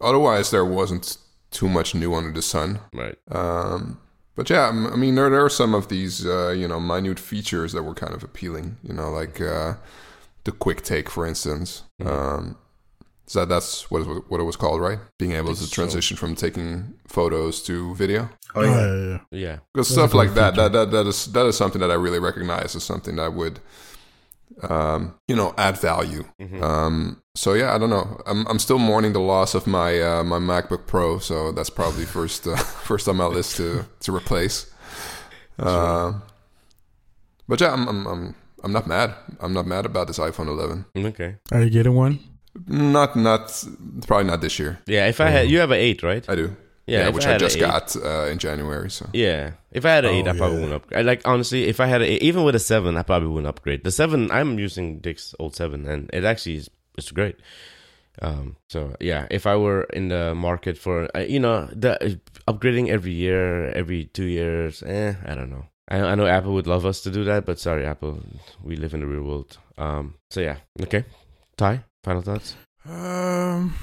D: otherwise, there wasn't too much new under the sun.
B: Right.
D: Um, but yeah, m- I mean, there, there are some of these, uh, you know, minute features that were kind of appealing. You know, like uh, the quick take, for instance. Um, so that's what it- what it was called, right? Being able to transition from taking photos to video.
C: Oh yeah.
A: yeah, yeah.
B: Yeah.
D: Because
A: That's a
D: stuff like
A: great
D: that,
A: feature.
D: that, that, that is that is something that I really recognize as something that would, um, you know, add value.
B: Mm-hmm.
D: Um, so yeah, I don't know. I'm, I'm still mourning the loss of my uh, my MacBook Pro, so that's probably first uh, first on my list to to replace. Uh, but yeah, I'm, I'm I'm I'm not mad. I'm not mad about this iPhone 11.
B: Okay.
A: Are you getting one?
D: Not not probably not this year.
B: Yeah. If I had, you have an eight, right?
D: I do.
B: Yeah, if
D: which
B: I
D: I,
B: had
D: just
B: an eight-
D: got uh, in January. So
B: Yeah. If I had an
A: Oh,
B: eight, I probably
A: yeah.
B: wouldn't upgrade. Like honestly, if I had an eight, even with a seven, I probably wouldn't upgrade. The seven, I'm using Dick's old seven, and it actually is it's great. Um. So yeah, if I were in the market for, uh, you know, the upgrading every year, every two years, eh, I don't know. I, I know Apple would love us to do that, but sorry, Apple, we live in the real world. Um. So yeah. Okay. Ty, final thoughts.
A: Um.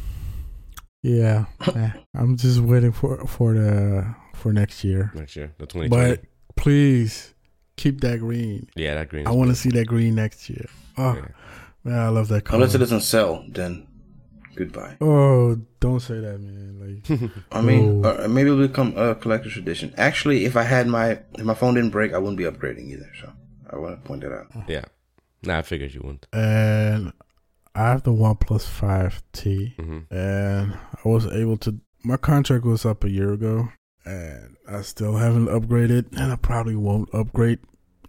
A: Yeah, eh, I'm just waiting for for the for next year.
B: Next year, the 2020.
A: But please keep that green.
B: yeah, that green.
A: I
B: is
A: want to see that green next year. Oh,
B: Yeah.
A: man, I love that color.
C: Unless it doesn't sell, then goodbye.
A: oh, don't say that, man. Like,
C: I
A: Ooh.
C: mean, uh, maybe it'll become a collector's edition. Actually, if I had my if my phone didn't break, I wouldn't be upgrading either. So I want to point that out.
B: Yeah. Nah, I figured you wouldn't.
A: and I have the One 5T,
B: hmm
A: and I was able to. My contract was up a year ago, and I still haven't upgraded, and I probably won't upgrade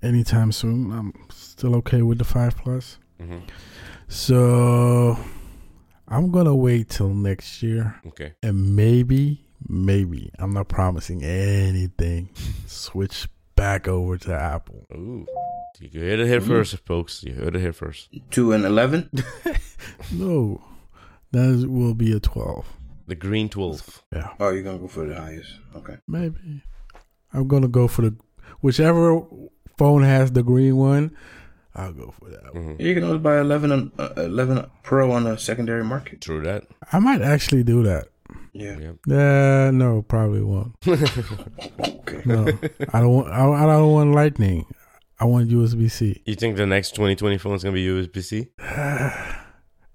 A: anytime soon. I'm still okay with the five plus.
B: hmm
A: So I'm gonna wait till next year
B: Okay.
A: and maybe, maybe I'm not promising anything. switch back over to Apple.
B: Ooh. You heard it here first, folks. You heard it here first.
C: Two and eleven.
A: No, that is- will be a twelve.
B: The green 12.
A: Yeah,
C: Oh, you're gonna go for the highest. Okay.
A: maybe I'm gonna go for the whichever phone has the green one. I'll go for that. one.
C: You can always buy eleven on uh, eleven Pro on the secondary market.
B: True that.
A: I might actually do that.
C: Yeah.
B: Yep.
A: Uh, no, probably won't.
C: Okay.
A: No, I don't. Want, I, I don't want Lightning. I want USB C.
B: You think the next 2020 phone is going to be USB C?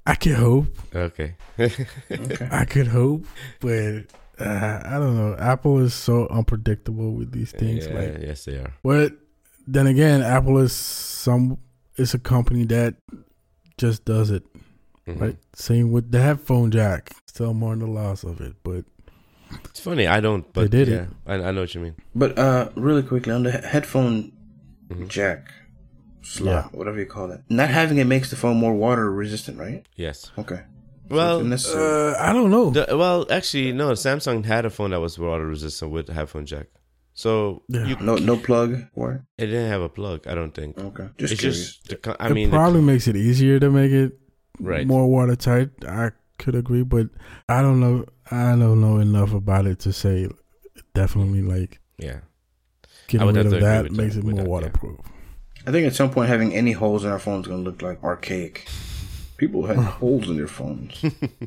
A: I can hope.
B: Okay.
A: I could hope, but uh, I don't know. Apple is so unpredictable with these things.
B: Yeah,
A: Like,
B: yes, they are.
A: but then again, Apple is some is a company that just does it.
B: Mhm.
A: Right. Same with the headphone jack. Still more on the loss of it, but
B: It's funny. I don't, but
A: did it.
B: yeah, I, I know what you mean.
C: But uh, really quickly on the he- headphone
B: Mm-hmm.
C: jack slot, whatever you call it, not having it makes the phone more water resistant, right?
B: Yes.
C: Okay.
B: Well,
C: Unnecessary.
A: uh, I don't know.
B: the, well, actually, no. Samsung had a phone that was water resistant with headphone jack. So
A: Yeah.
B: you,
C: no, no plug for
B: it didn't have a plug, I don't think.
C: Okay. Just
B: it's
C: curious.
B: just, the, co- I
A: it
B: mean, the-
A: probably makes it easier to make it
B: right.
A: more watertight. I could agree, but I don't know. I don't know enough about it to say definitely like
B: Yeah.
A: getting
B: would
A: rid
B: have
A: of
B: to agree
A: that
B: with
A: makes
B: that-
A: it
B: with
A: more
B: that, yeah.
A: waterproof.
C: I think at some point having any holes in our phone is going to look like archaic. People had holes in their phones.
B: Mm-hmm.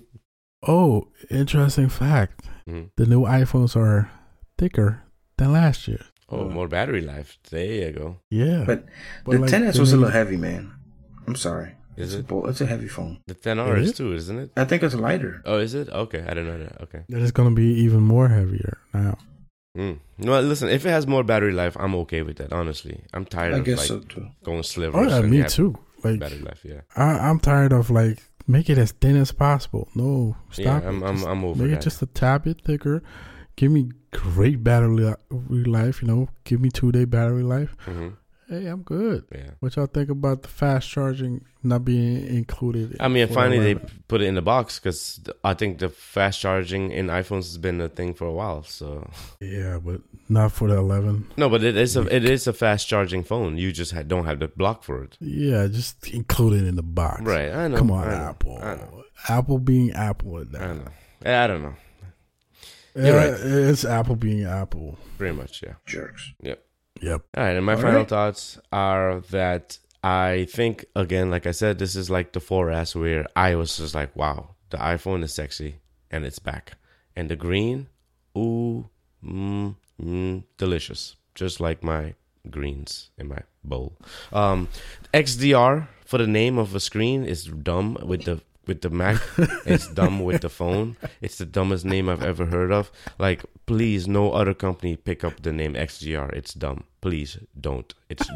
A: Oh, interesting fact.
B: Mhm.
A: The new iPhones are thicker than last year.
B: Oh, more battery life. There you go.
A: Yeah.
C: But,
A: But
C: the
A: like,
C: 10s
A: they
C: was a
A: made-
C: little heavy, man. I'm sorry.
B: Is
C: it's A
B: it?
C: bo- it's a heavy phone.
B: The 10R is
A: Is it?
B: too, isn't it?
C: I think it's lighter.
B: Oh, is it? Okay, I didn't know that. Okay.
A: Then it's going to be even more heavier now.
B: Mm. No, listen. If it has more battery life, I'm okay with that. Honestly, I'm tired
C: I
B: of
C: guess
B: like
C: so too.
B: going slivers.
A: Oh, yeah,
B: and
A: me
B: yeah,
A: too. Like,
B: Battery life, yeah.
A: I, I'm tired of like, make it as thin as possible. No, stop.
B: yeah, I'm,
A: it.
B: I'm,
A: Just
B: I'm over
A: make
B: that.
A: it just a tad bit thicker. Give me great battery li- life, you know, give me two day battery life.
B: hmm
A: Hey, I'm good.
B: Yeah.
A: What y'all think about the fast charging not being included?
B: I mean,
A: for
B: finally they
A: 11?
B: put it in the box because I think the fast charging in iPhones has been a thing for a while. So
A: Yeah, but not for the 11.
B: no, but it is a it is a fast charging phone. You just ha- don't have the block for it.
A: Yeah, just include it in the box.
B: Right. I know.
A: Come on,
B: I know,
A: Apple.
B: I know.
A: Apple being Apple at
B: I
A: that.
B: know. I don't know. You're
A: Uh,
B: right.
A: It's Apple being Apple.
B: Pretty much, yeah.
C: Jerks.
B: Yep.
A: Yep.
B: All right, and my
C: All
B: final
C: right.
B: thoughts are that I think again, like I said, this is like the 4S where I was just like, wow, the iPhone is sexy and it's back, and the green, ooh, mm, mm, delicious, just like my greens in my bowl. Um, XDR for the name of a screen is dumb with the with the Mac. it's dumb with the phone. It's the dumbest name I've ever heard of. Like, please, no other company pick up the name XGR. It's dumb. Please don't. It's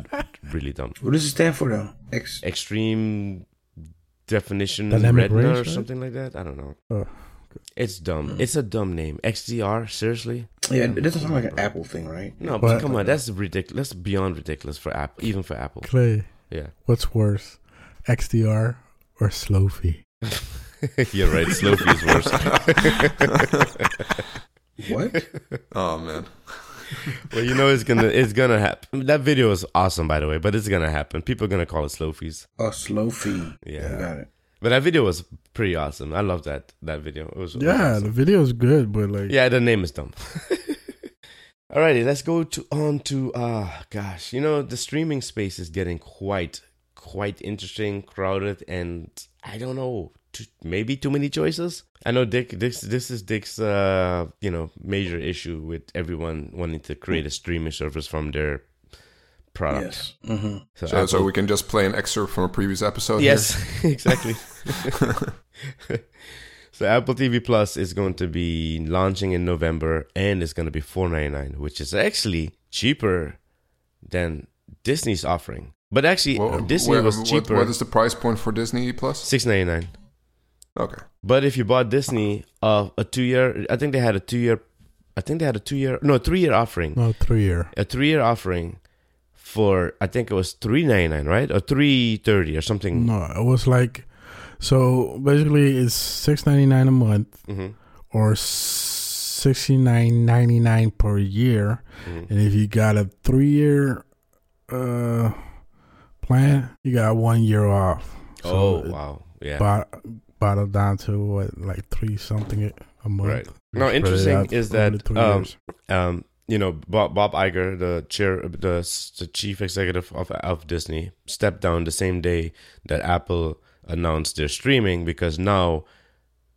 B: really dumb.
C: What does it stand for though? X.
B: Extreme definition
A: Dynamic
B: retina
A: range,
B: or
A: right?
B: something like that. I don't know.
A: Oh.
B: It's dumb. It's a dumb name. XDR. Seriously?
C: Yeah, it doesn't sound like an Apple thing, right?
B: No, but
A: But-
B: come on. That's ridiculous. That's beyond ridiculous for Apple. Even for Apple.
A: Clay,
B: Yeah.
A: what's worse, XDR or Slofi?
B: You're right. Slopey is worse.
C: What?
D: Oh man.
B: Well, you know it's gonna it's gonna happen. That video is awesome, by the way, but it's gonna happen. People are gonna call it Slofies.
C: A slow fee.
B: Yeah.
C: I got it.
B: But that video was pretty awesome. I love that that video. It was it was
A: Yeah,
B: awesome.
A: the video's good, but like,
B: yeah. The name is dumb. Alrighty, let's go to on to ah gosh, you know the streaming space is getting quite quite interesting, crowded, and I don't know, too, maybe too many choices. I know Dick. This this is Dick's uh you know major issue with everyone wanting to
D: Hmm.
B: create a streaming service from their product.
C: Yes. Mm-hmm.
B: So,
D: Uh, So, so we can just play an excerpt from a previous episode. here?
B: yes, exactly. so Apple TV Plus is going to be launching in November, and it's going to be four ninety nine, which is actually cheaper than Disney's offering. But actually,
D: Well,
B: Disney
D: where-
B: was
D: what-
B: cheaper
D: what is the price point for Disney Plus?
B: six ninety nine.
D: Okay.
B: But if you bought Disney, uh, a two year, I think they had a two year, I think they had a two year, no, three year offering,
A: no, three year.
B: a three year offering for I think it was three ninety nine, right, or three thirty or something.
A: No, it was like, so basically it's six ninety nine a month
B: hmm
A: or sixty nine ninety nine per year,
B: Mm.
A: and if you got a three year, uh, plan, you got one year off. So
B: oh
A: it
B: wow, yeah.
A: bot- bottled down to what like three something a month.
B: Right. No,
A: Spread it
B: interesting
A: out
B: is
A: over
B: that,
A: the three
B: um,
A: years.
B: um, you know, Bob, Bob Iger, the chair, the, s- the chief executive of, of Disney, stepped down the same day that Apple announced their streaming because now,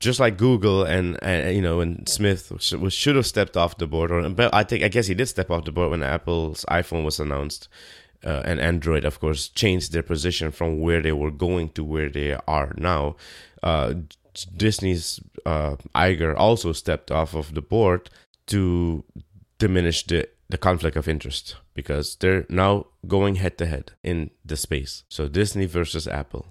B: just like Google and, and you know, and Smith sh- was- should have stepped off the board, or but I think I guess he did step off the board when Apple's iPhone was announced. Uh, and Android, of course, changed their position from where they were going to where they are now. Uh, Disney's uh, Iger also stepped off of the board to diminish the, the conflict of interest because they're now going head to head in the space. So Disney versus Apple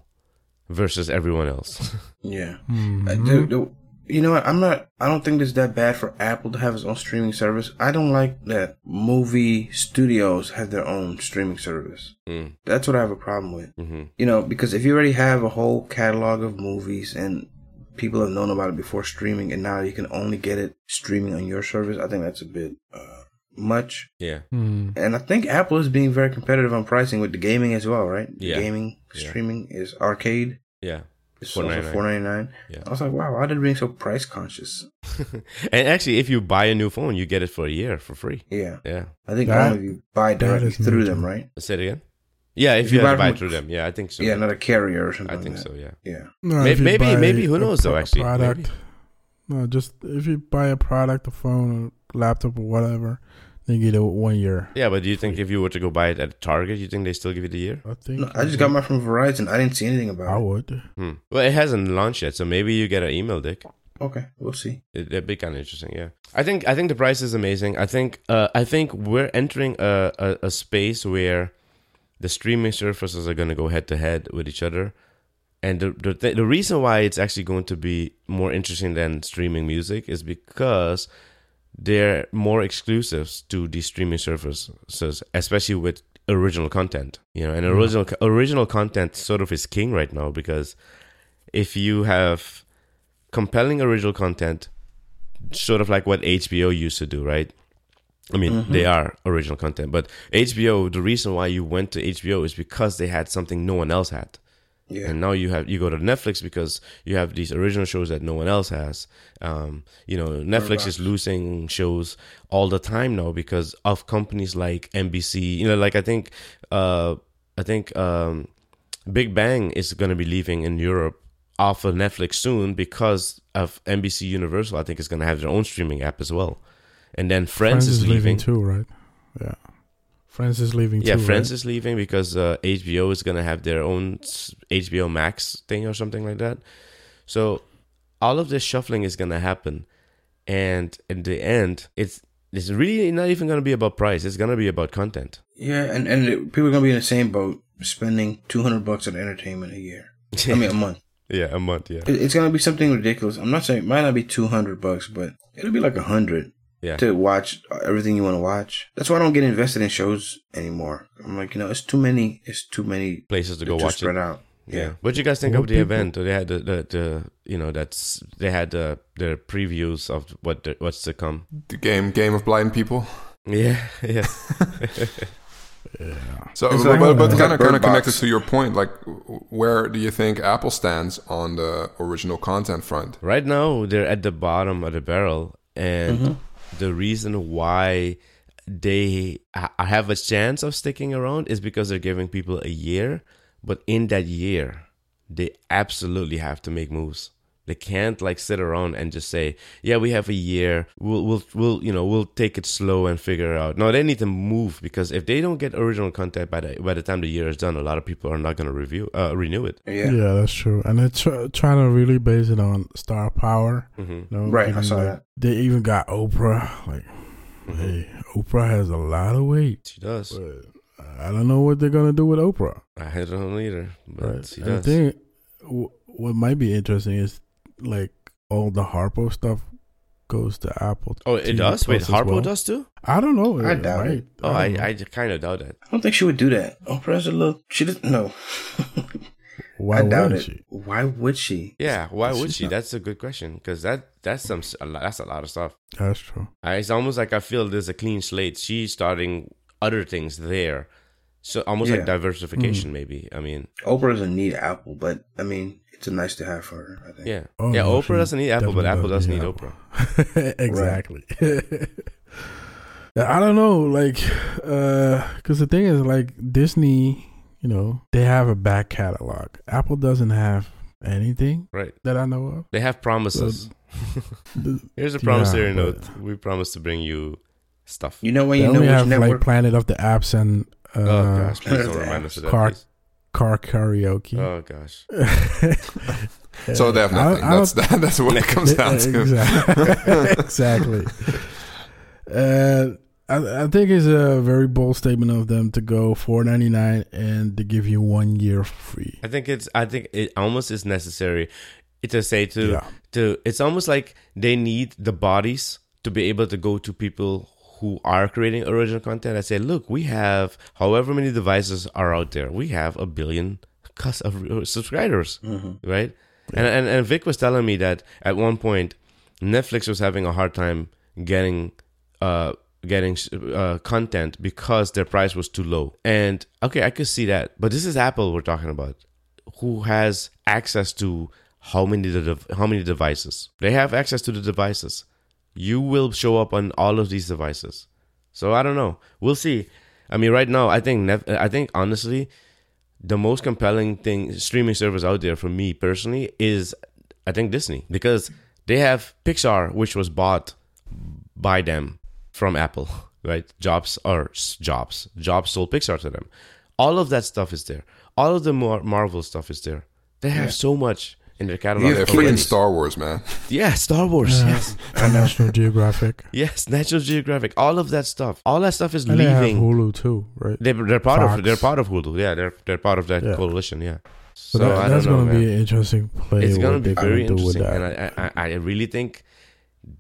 B: versus everyone else.
C: Yeah. I do- do- you know what? I'm not. I don't think it's that bad for Apple to have its own streaming service. I don't like that movie studios have their own streaming service.
B: Mm,
C: That's what I have a problem with.
B: mhm.
C: You know, because if you already have a whole catalog of movies and people have known about it before streaming, and now you can only get it streaming on your service, I think that's a bit uh, much.
B: Yeah.
A: Hmm.
C: And I think Apple is being very competitive on pricing with the gaming as well, right? The
B: Yeah.
C: Gaming
B: Yeah.
C: streaming is arcade.
B: Yeah.
C: It's also
B: $4.99.
C: four ninety nine.
B: Yeah.
C: I was like, wow, why did being so price conscious?
B: and actually, if you buy a new phone, you get it for a year for free.
C: Yeah,
B: Yeah.
C: I think
A: That-
C: only if you buy
A: that
C: directly
A: is
C: through
A: major.
C: them, right?
B: Say it again. Yeah, if, you, buy, it through them. Yeah, I think so.
C: Yeah, not a carrier or
B: I
C: something.
B: think
C: like
B: so,
C: that.
B: yeah.
C: Yeah,
A: No,
B: May-
A: if you
B: maybe-
A: buy
B: maybe, who
A: a
B: knows, though,
A: pro- a
B: actually.
A: product.
B: Maybe.
A: No, just if you buy a product, a phone, a laptop, or whatever, then you get it one year.
B: Yeah, but do you think if you were to go buy it at Target, you think they still give you the year?
A: I think.
C: no, I just got mine from Verizon. I didn't see anything about
A: I would.
B: Hmm. Well, it hasn't launched yet, so maybe you get an email, Dick.
C: it. Okay, we'll see.
B: It- That'd be kind of interesting, yeah. I think I think the price is amazing. I think uh, I think we're entering a, a, a space where the streaming services are going to go head to head with each other, and the the, th- the reason why it's actually going to be more interesting than streaming music is because they're more exclusives to these streaming services, especially with original content. You know, and original original content sort of is king right now because if you have compelling original content, sort of like what HBO used to do, right? I mean, they are original content, but HBO, the reason why you went to HBO is because they had something no one else had.
C: Yeah.
B: And now you have you go to Netflix because you have these original shows that no one else has. Um, you know, Netflix is losing shows all the time now because of companies like NBC. You know, like I think uh, I think um, Big Bang is going to be leaving in Europe off of Netflix soon because of NBC Universal. I think is going to have their own streaming app as well. And then Friends, is leaving.
A: too, right? Yeah, Friends is leaving
B: Yeah,
A: too.
B: Friends is leaving because uh, HBO is gonna have their own s- HBO Max thing or something like that. So all of this shuffling is gonna happen, and in the end, it's it's really not even gonna be about price. It's gonna be about content.
C: Yeah, and and it- people are gonna be in the same boat, spending two hundred bucks on entertainment a year. I mean, a month.
B: Yeah, a month. Yeah,
C: It- It's gonna be something ridiculous. I'm not saying it might not be two hundred bucks, but it'll be like a hundred
B: yeah.
C: to watch everything you want to watch. That's why I don't get invested in shows anymore. I'm like, you know, it's too many. It's too many
B: Places to go watch
C: spread
B: it.
C: out.
B: Yeah.
C: Yeah.
B: What do you guys think
A: More
B: of the
A: people.
B: event? They had the, the, the you know that's they had the, their previews of what the, what's to come.
D: The game, game of blind people.
B: Yeah, yeah.
D: So,
C: It's
D: but,
C: like-
D: but, but
C: it's
D: kind
C: like
D: of kind
C: Bird
D: of connected
C: Box.
D: to your point, like w- where do you think Apple stands on the original content front?
B: Right now, they're at the bottom of the barrel, and the reason why they ha- have a chance of sticking around is because they're giving people a year. But in that year, they absolutely have to make moves. They can't like sit around and just say, "Yeah, we have a year. We'll we'll we'll you know we'll take it slow and figure it out." No, they need to move because if they don't get original content by the by the time the year is done, a lot of people are not going to review uh, renew it.
A: Yeah.
C: Yeah.
A: that's true. And they're tr- trying to really base it on star power.
B: hmm
A: you know,
C: Right, I
A: getting,
C: saw
A: like-
C: that.
A: They even got Oprah. Like,
B: Mm-hmm.
A: hey, Oprah has a lot of weight.
B: She does.
A: But I don't know what they're gonna do with Oprah.
B: I don't know either, but
A: Right.
B: she
A: And the
B: does.
A: thing, w- what might be interesting is like all the Harpo stuff goes to Apple.
B: Oh, it
A: TV
B: does. Wait,
A: Plus as
B: Harpo
A: well.
B: does too.
A: I don't know.
C: I doubt it.
B: Oh,
A: don't
B: I,
A: know.
B: I, kind of doubt it.
C: I don't think she would do that. Oprah's a little. She doesn't. No.
A: Why
C: I doubt
A: wouldn't
C: it.
A: she?
C: Why would she?
B: Yeah, why would
A: She's
B: she?
A: not-
B: That's a good question because that that's some s- a lot, that's a lot of stuff.
A: That's true.
B: I, it's almost like I feel there's a clean slate. She's starting other things there, so almost
C: Yeah.
B: like diversification. Maybe I mean,
C: Oprah doesn't need Apple, but I mean, it's a nice to have for her. I think.
B: yeah,
A: Oh,
B: yeah.
A: no,
B: Oprah
A: she
B: doesn't need Apple, but
A: definitely
B: E Apple does
A: doesn't
B: need
A: need
B: Oprah.
A: exactly. I don't know, like, because the thing is, like, Disney, you know, they have a back catalog. Apple doesn't have anything
B: Right?
A: that I know of.
B: They have promises.
A: Th-
B: Here's a
A: yeah,
B: promissory note.
A: but-
B: We promise to bring you stuff.
C: You know when
A: They
C: you know
A: only
C: which
A: have like
C: network.
A: Planet of the Apps and uh,
B: oh gosh, please
C: uh,
B: don't remind us of that.
A: car-
B: please.
A: car karaoke.
B: Oh gosh. Oh.
D: so they have
A: I-
D: nothing.
A: I
D: that's
A: don't-
D: that, that's what it comes down to.
A: Exactly. exactly. Uh, I, I think it's a very bold statement of them to go four ninety nine and to give you one year free.
B: I think it's. I think it almost is necessary to say to
A: Yeah.
B: to. It's almost like they need the bodies to be able to go to people who are creating original content. I say, look, we have however many devices are out there. We have a billion cus- of subscribers, right? And, and and Vic was telling me that at one point Netflix was having a hard time getting uh getting uh, content because their price was too low. And okay, I could see that, but this is Apple we're talking about, who has access to how many de- how many devices they have access to the devices. You will show up on all of these devices. So I don't know. We'll see. I mean, right now, I think Net- I think honestly, the most compelling thing streaming service out there for me personally is I think Disney because they have Pixar, which was bought by them from Apple, right? Jobs or s- Jobs, Jobs sold Pixar to them. All of that stuff is there. All of the Mar- Marvel stuff is there. They have so much in their catalog.
C: Yeah,
D: They're
B: of
C: Please.
D: freaking
B: companies.
D: Star Wars, man.
B: yeah, Star Wars. Yes,
A: From National Geographic.
B: yes, National Geographic. All of that stuff. All that stuff is
A: And they have
B: leaving.
A: Hulu too, right?
B: They, they're part
A: Fox.
B: of they're part of Hulu. Yeah, they're they're part of that
A: Yeah.
B: coalition. Yeah.
A: So,
B: So,
A: that-
B: I don't
A: that's
B: know,
A: going to
B: man.
A: be an interesting play.
B: it's
A: what
B: gonna be
A: they're gonna
B: very
A: do with
B: interesting,
A: that.
B: and I, I I I really think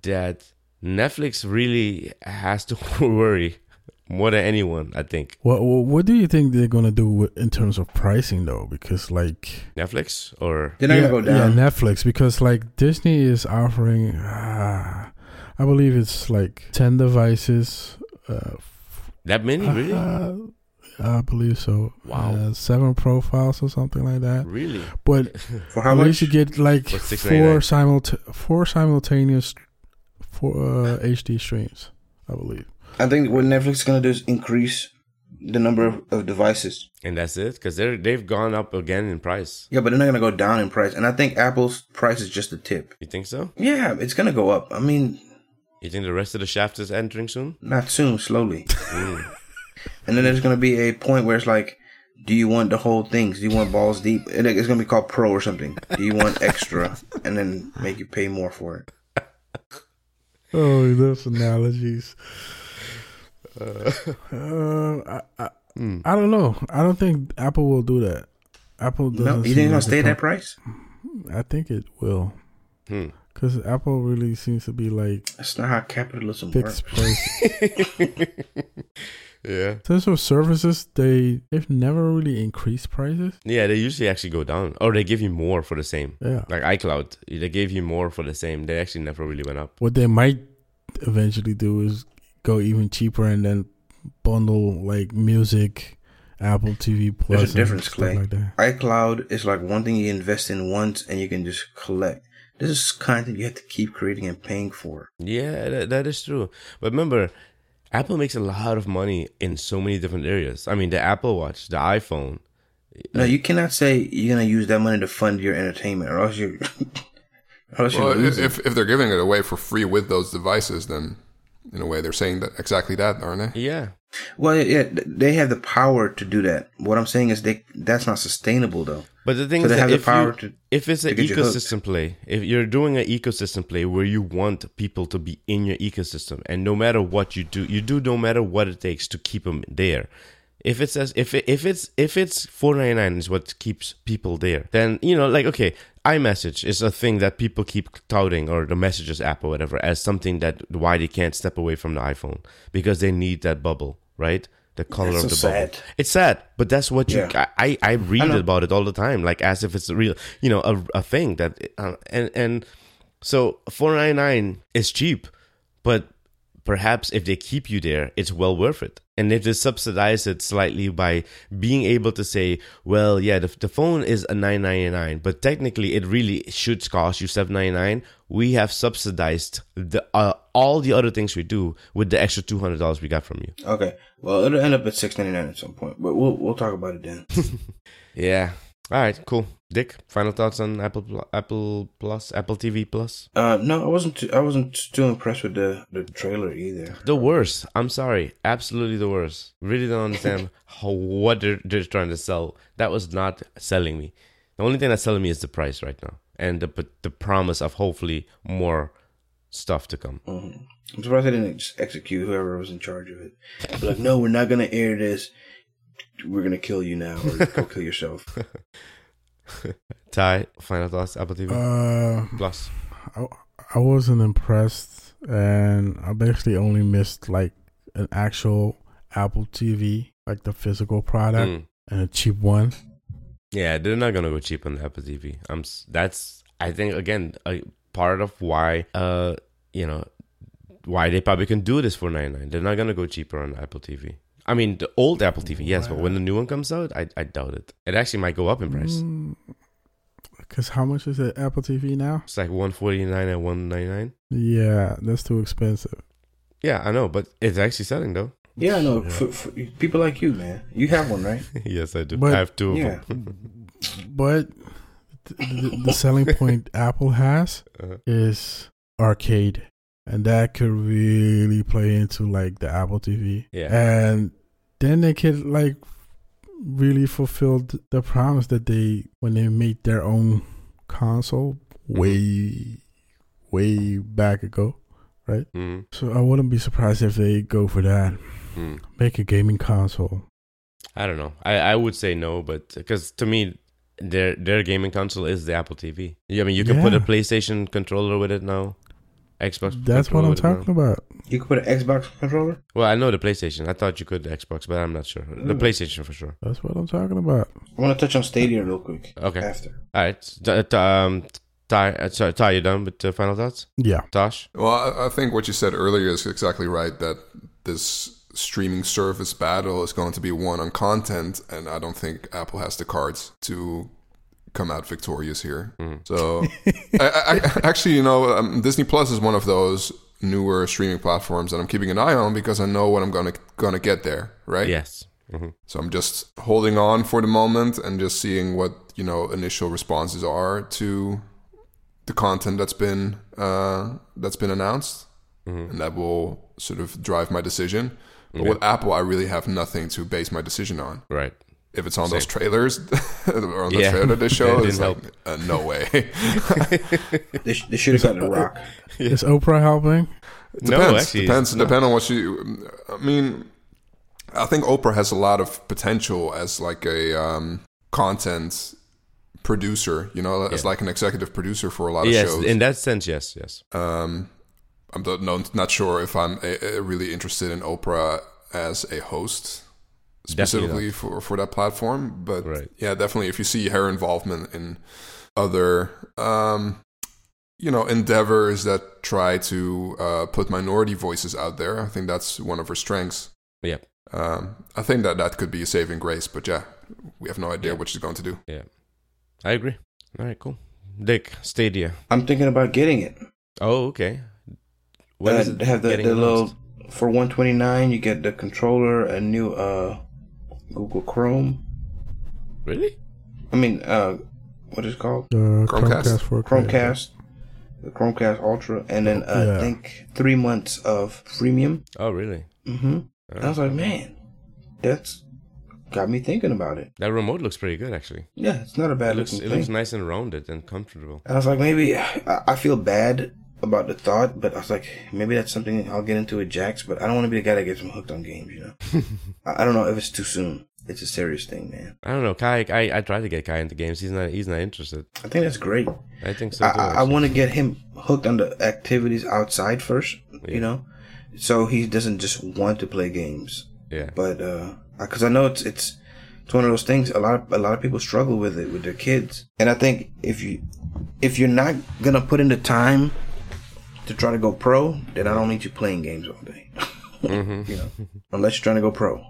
B: that Netflix really has to worry more than anyone. I think
A: what, what what do you think they're going to do with, in terms of pricing though? Because like
B: Netflix or
C: They're not
A: yeah,
C: gonna go down.
A: yeah, Netflix because like Disney is offering, uh, I believe it's like ten devices. Uh,
B: that many really.
A: uh, I believe so.
B: Wow.
A: Uh, seven profiles or something like that.
B: Really?
A: But
C: For how
A: at least
C: much?
A: you get like
B: For 6.99.
A: four simult- four simultaneous four uh, HD streams, I believe.
C: I think what Netflix is gonna do is increase the number of, of devices.
B: And that's it? Because they're they've gone up again in price.
C: Yeah, but they're not gonna go down in price. And I think Apple's price is just a tip.
B: You think so?
C: Yeah, it's gonna go up. I mean,
B: You think the rest of the shaft is entering soon?
C: not soon, slowly. and then there's gonna be a point where it's like, do you want the whole thing? Do you want balls deep? And it- It's gonna be called pro or something. Do you want extra? and then make you pay more for it.
A: Oh, those analogies. Uh, I, I,
C: hmm.
A: I don't know. I don't think Apple will do that. Apple doesn't.
C: No, you
A: seem
C: think it's gonna
A: like a
C: stay at that
A: comp-
C: price?
A: I think it will,
B: Hmm.
A: because Apple really seems to be like
C: That's not how capitalism works.
A: fixed price.
B: Yeah.
A: In terms of services, they they've never really increased prices.
B: Yeah, they usually actually go down. Or they give you more for the same.
A: Yeah.
B: Like iCloud, they gave you more for the same. They actually never really went up.
A: What they might eventually do is go even cheaper and then bundle like music, Apple TV Plus.
C: There's a
A: and
C: difference,
A: stuff
C: Clay.
A: Like that.
C: iCloud is like one thing you invest in once and you can just collect. This is content you have to keep creating and paying for.
B: Yeah, that, that is true. But remember, Apple makes a lot of money in so many different areas. I mean, the Apple Watch, the iPhone.
C: No, you cannot say you're gonna use that money to fund your entertainment, or else you're, or else you're
D: Well,
C: losing.
D: if, if they're giving it away for free with those devices, then in a way they're saying that exactly that, aren't they?
B: Yeah.
C: Well, yeah, th- they have the power to do that. What I'm saying is they that's not sustainable though.
B: But the thing
C: So
B: is,
C: they
B: that
C: have the
B: if,
C: power
B: you,
C: to-
B: if it's
C: to
B: an
C: get you hooked.
B: ecosystem play, if you're doing an ecosystem play where you want people to be in your ecosystem, and no matter what you do, you do no matter what it takes to keep them there. If it says if it, if it's if it's four ninety nine is what keeps people there, then you know like okay, iMessage is a thing that people keep touting or the Messages app or whatever as something that why they can't step away from the iPhone because they need that bubble, right? The color
C: That's
B: of the
C: so sad.
B: bubble. It's sad, but that's what you.
C: Yeah.
B: I I read about it all the time, like as if it's a real, you know, a, a thing that uh, and and so four ninety nine is cheap, but perhaps if they keep you there, it's well worth it. And if they subsidize it slightly by being able to say, well, yeah, the, the phone is a nine ninety nine, but technically it really should cost you seven ninety nine. We have subsidized the uh, all the other things we do with the extra two hundred dollars we got from you.
C: Okay, well, it'll end up at six ninety nine at some point, but we'll we'll talk about it then.
B: Yeah. All right. Cool. Dick, final thoughts on Apple Pl- Apple Plus, Apple TV Plus?
C: Uh, no, I wasn't too, I wasn't too impressed with the the trailer either.
B: The worst. I'm sorry. Absolutely the worst. Really don't understand how what they're, they're trying to sell. That was not selling me. The only thing that's selling me is the price right now, and the but the promise of hopefully more stuff to come.
C: Mm. Um, I'm surprised they didn't just execute whoever was in charge of it. Be like, no, we're not gonna air this. We're gonna kill you now, or go kill yourself.
B: Ty, final thoughts. Apple TV
A: Uh,
B: Plus.
A: I, I wasn't impressed, and I basically only missed like an actual Apple TV, like the physical product,
B: Mm.
A: and a cheap one.
B: Yeah, they're not gonna go cheap on the Apple TV. I'm. s- That's. I think again, a part of why. Uh, you know, why they probably can do this for ninety nine. They're not gonna go cheaper on Apple TV. I mean, the old Apple TV, yes, but when the new one comes out, I, I doubt it. It actually might go up in price.
A: Because Mm, how much is the Apple TV now?
B: It's like one forty nine and one ninety nine.
A: Yeah, that's too expensive.
B: Yeah, I know, but it's actually selling though.
C: Yeah, no, for, for people like you, man, you have one, right?
B: yes, I do.
A: But-
B: I have two.
C: Yeah.
B: Of them.
A: But th- the, the selling point Apple has
B: Uh-huh.
A: is arcade, and that could really play into like the Apple TV.
B: Yeah.
A: and then they could like really fulfill th- the promise that they when they made their own console way way back ago.
B: Mm,
A: So I wouldn't be surprised if they go for that.
B: mm.
A: Make a gaming console.
B: I don't know. I, I would say no, but because to me, their their gaming console is the Apple TV. Yeah, I mean, you can put a
A: Yeah.
B: PlayStation controller with it now, Xbox.
A: That's what
B: controller
A: I'm
B: with it now.
A: talking about.
C: You could put an Xbox controller.
B: Well, I know the PlayStation. I thought you could the Xbox, but I'm not sure. The
C: Mm.
B: PlayStation for sure.
A: That's what I'm talking about.
C: I want to touch on Stadia real quick.
B: Okay.
C: After.
B: All right. T- t- um, Ty, uh, sorry, Ty, you done with the final thoughts?
A: Yeah.
B: Tosh?
D: Well, I, I think what you said earlier is exactly right. That this streaming service battle is going to be won on content, and I don't think Apple has the cards to come out victorious here. So, I, I, I- actually, you know, um, Disney Plus is one of those newer streaming platforms that I'm keeping an eye on because I know what I'm gonna gonna get there, right?
B: Yes. hmm
D: So I'm just holding on for the moment and just seeing what you know initial responses are to the content that's been uh, that's been announced,
B: Mm-hmm.
D: and that will sort of drive my decision. But with Apple, I really have nothing to base my decision on.
B: Right.
D: If it's on those trailers or on the
B: Yeah.
D: trailer they
B: That
D: show,
B: didn't
D: it's like uh, no way.
C: They, sh- they should have gotten a rock.
A: Is Oprah helping?
D: depends.
B: No, actually,
D: depends. Depend on what you. I mean, I think Oprah has a lot of potential as like a um, content producer. You know, as
B: Yeah.
D: like an executive producer for a lot of
B: Yes,
D: shows.
B: in that sense, yes, yes.
D: Um, I'm not- no, not sure if I'm uh, uh, really interested in Oprah as a host specifically for, for that platform. But
B: Right.
D: yeah, definitely if you see her involvement in other, um, you know, endeavors that try to uh, put minority voices out there, I think that's one of her strengths.
B: Yeah.
D: Um, I think that that could be a saving grace, but yeah, we have no idea what she's going to do.
B: I agree. All right, cool. Dick, Stadia.
C: I'm thinking about getting it.
B: Oh, okay. When
C: Uh,
B: is
C: they have the,
B: getting
C: the little
B: announced?
C: for 129. You get the controller, a new uh, Google Chrome.
B: Really?
C: I mean, uh, what is it called?
A: The
D: Chromecast?
A: Chromecast, for
C: Chromecast, the Chromecast Ultra, and then uh,
A: Yeah.
C: I think three months of premium.
B: Oh, really?
C: Mm-hmm.
B: All
C: I was
B: right.
C: like, man, that's got me thinking about it.
B: That remote looks pretty good, actually.
C: Yeah, it's not a
B: It
C: bad
B: looks
C: looking
B: it
C: thing.
B: looks nice and rounded and comfortable.
C: And I was like, maybe I, I feel bad about the thought, but I was like, maybe that's something I'll get into with Jax. But I don't want to be the guy that gets him hooked on games. You know, I, I don't know if it's too soon. It's a serious thing, man.
B: I don't know. Kai, I, I tried to get Kai into games. He's not he's not interested.
C: I think that's great.
B: I think so.
C: I,
B: too,
C: I, I
B: actually.
C: want to get him hooked on the activities outside first.
B: Yeah.
C: You know, so he doesn't just want to play games.
B: Yeah.
C: But uh, because I know it's it's it's one of those things. A lot of a lot of people struggle with it with their kids, and I think if you if you're not gonna put in the time to try to go pro, then I don't need you playing games all day. you know, unless you're trying to go pro,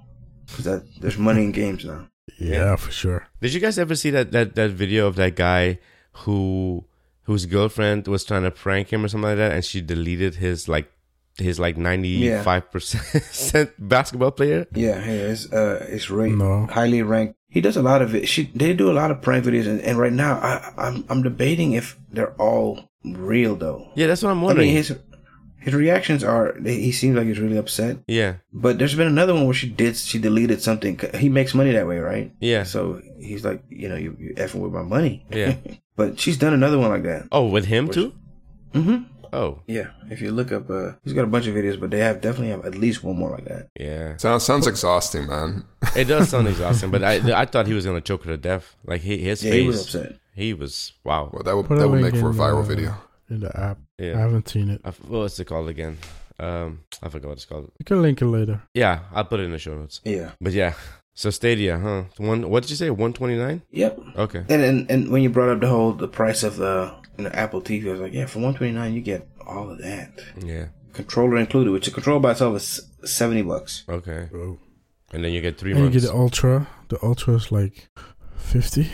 C: because that there's money in games now.
A: Yeah, for sure.
B: Did you guys ever see that, that, that video of that guy who whose girlfriend was trying to prank him or something like that and she deleted his like his like ninety five percent basketball player?
C: Yeah, yeah, it's uh, it's right,
A: No.
C: highly ranked. He does a lot of it. She, they do a lot of prank videos, and, and right now I, I'm I'm debating if they're all real though.
B: Yeah, that's what I'm
C: I
B: wondering.
C: mean, his his reactions are he seems like he's really upset.
B: yeah.
C: But there's been another one where she did she deleted something. He makes money that way, right?
B: Yeah.
C: So he's like, you know, you you effing with my money.
B: Yeah.
C: But she's done another one like that.
B: Oh, with him too?
C: Mm-hmm.
B: Oh.
C: Yeah. If you look up, uh, he's got a bunch of videos, but they have definitely have at least one more like that.
B: Yeah.
D: Sounds sounds exhausting, man.
B: It does sound exhausting, but I I thought he was gonna choke her to death. Like he, his
C: Yeah,
B: face,
C: he was upset.
B: he was- wow.
D: Well, that would
A: Put
D: that
A: a
D: would
A: link
D: make for a
A: in,
D: viral
A: uh,
D: video.
A: In the app. I
B: Yeah.
A: haven't seen it.
B: I f what's it called again? Um, I forgot what it's called.
A: You can link it later.
B: Yeah, I'll put it in the show notes.
C: Yeah.
B: But yeah, so Stadia, huh? One, what did you say? One twenty nine?
C: Yep.
B: Okay.
C: And, and and when you brought up the whole the price of the you know, Apple TV, I was like, yeah, for one twenty nine you get all of that,
B: Yeah.
C: controller included, which the controller by itself is seventy bucks.
B: Okay.
A: Bro.
B: And then you get three
A: And you
B: months.
A: get the Ultra. The Ultra is like 50.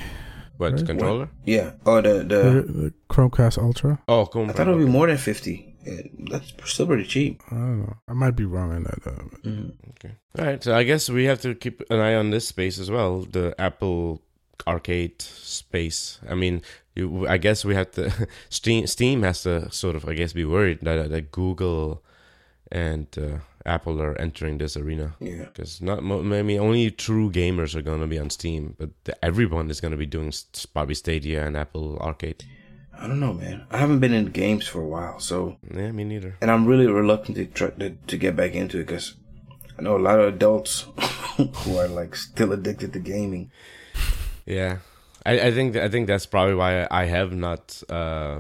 B: what
A: right?
B: controller?
C: Yeah. Or the
A: The,
B: Mm-hmm.
C: the
A: the Chromecast Ultra.
B: Oh, come
C: I thought it would be more than fifty. Yeah, that's still pretty cheap.
A: I don't know. I might be wrong on that. Though.
B: Okay. All right. So I guess we have to keep an eye on this space as well. The Apple Arcade space. I mean, you, I guess we have to. Steam, Steam has to sort of, I guess, be worried that, that Google and uh, Apple are entering this arena.
C: Yeah.
B: Because not, mo- I mean, only true gamers are gonna be on Steam, but the, everyone is gonna be doing s- probably Stadia and Apple Arcade.
C: I don't know, man. I haven't been in games for a while, so
B: Yeah, me neither.
C: and I'm really reluctant to try to, to get back into it because I know a lot of adults who are like still addicted to gaming.
B: Yeah, I, I think I think that's probably why I have not uh,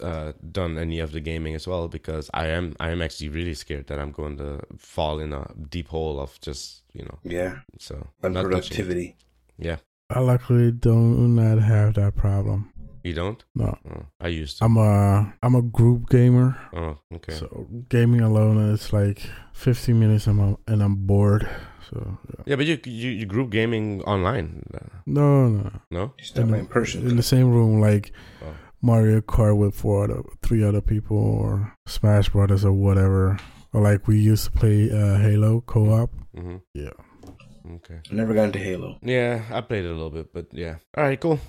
B: uh, done any of the gaming as well because I am I am actually really scared that I'm going to fall in a deep hole of just you know
C: Yeah,
B: so not touching it.
C: unproductivity.
B: Yeah,
A: I luckily do not have that problem.
B: You don't?
A: No,
B: Oh, I used to.
A: I'm a I'm a group gamer.
B: oh, okay.
A: Um, So gaming alone is like 15 minutes and I'm, and I'm bored. So yeah.
B: yeah, but you, you you group gaming online, uh,
A: no, no,
B: no?
C: Just
A: Mm-hmm.
C: not in person.
A: in the same room like
B: Oh.
A: Mario Kart with four other, three other people or Smash Brothers or whatever. Or like we used to play uh, Halo co-op.
B: hmm
A: Yeah.
B: Okay.
A: Mm-hmm.
C: I never got into Halo.
B: Yeah, I played it a little bit, but yeah. All right, cool.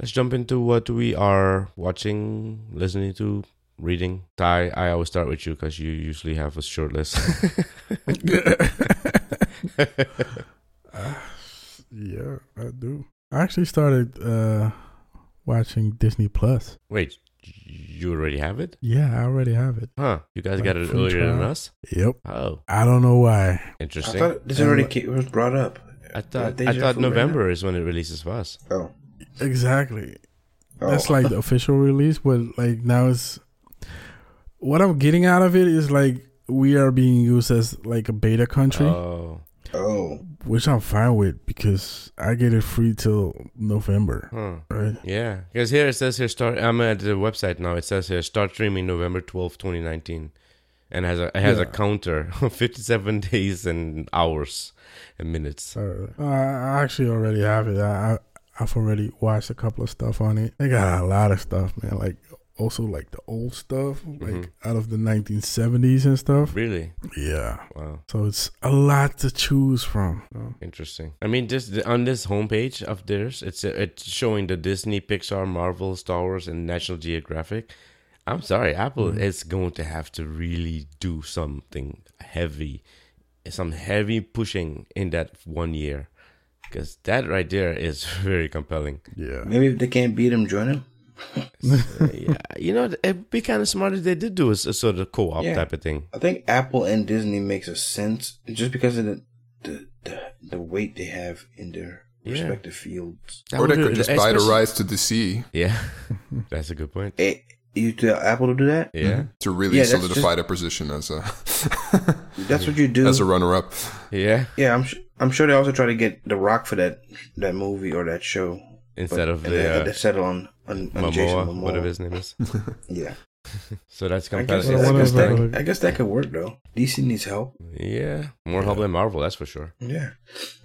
B: Let's jump into what we are watching, listening to, reading. Ty, I always start with you because you usually have a short list.
A: Uh, yeah, I do. I actually started uh, watching Disney Plus.
B: Wait, you already have it?
A: Yeah, I already have it.
B: Huh? You guys
A: Like
B: got it
A: free
B: earlier than
A: trial?
B: us?
A: Yep.
B: Oh,
A: I don't know why.
C: I
B: interesting.
C: thought this already came, was brought up.
B: I thought,
C: Deja
B: I thought
C: vu right now?
B: November is when it releases for us.
C: Oh.
A: Exactly.
C: oh.
A: That's like the official release, but like now it's what I'm getting out of it is like we are being used as like a beta country,
B: Oh,
C: Oh.
A: which I'm fine with because I get it free till November,
B: huh.
A: right?
B: Yeah, because here it says here start. I'm at the website now. It says here start streaming November twelfth, 2019, and has a it has a
A: Yeah.
B: counter of 57 days and hours and minutes.
A: So uh, I actually already have it. I, I I've already watched a couple of stuff on it. They got a lot of stuff, man. Like also like the old stuff, like out of the 1970s and stuff.
B: Really?
A: Yeah.
B: Wow,
A: So it's a lot to choose from. So,
B: interesting. I mean, this on this homepage of theirs, it's it's showing the Disney, Pixar, Marvel, Star Wars, and National Geographic. I'm sorry, Apple is going to have to really do something heavy, some heavy pushing in that one year, because that right there is very compelling.
A: yeah.
C: Maybe if they can't beat him, join him.
B: yeah, you know, it'd be kind of smart if they did do a, s- a sort of co-op
C: Yeah.
B: type of thing.
C: I think Apple and Disney makes a sense just because of the the, the, the weight they have in their
B: Yeah.
C: respective fields.
B: That
D: or they
B: would-
D: could just buy the
B: especially-
D: rights to DC
B: Yeah, that's a good point.
C: Eh, you tell Apple to do that?
B: Yeah,
D: to really
C: Yeah, that's
D: solidify their position as a
C: That's what you do.
D: as a runner up.
B: yeah.
C: yeah, I'm su- I'm sure they also try to get The Rock for that that movie or that show.
B: Instead of
C: and they,
B: the
C: they
B: uh,
C: settle on on, on Jason
B: Momoa,
C: Momoa.
B: whatever his name is.
C: Yeah,
B: So that's
C: I guess,
B: compelling.
A: Well,
C: I,
A: what
C: guess
A: is
C: that,
A: that?
C: I guess that could work though. DC needs help.
B: Yeah, more help than Marvel, that's for sure.
C: Yeah,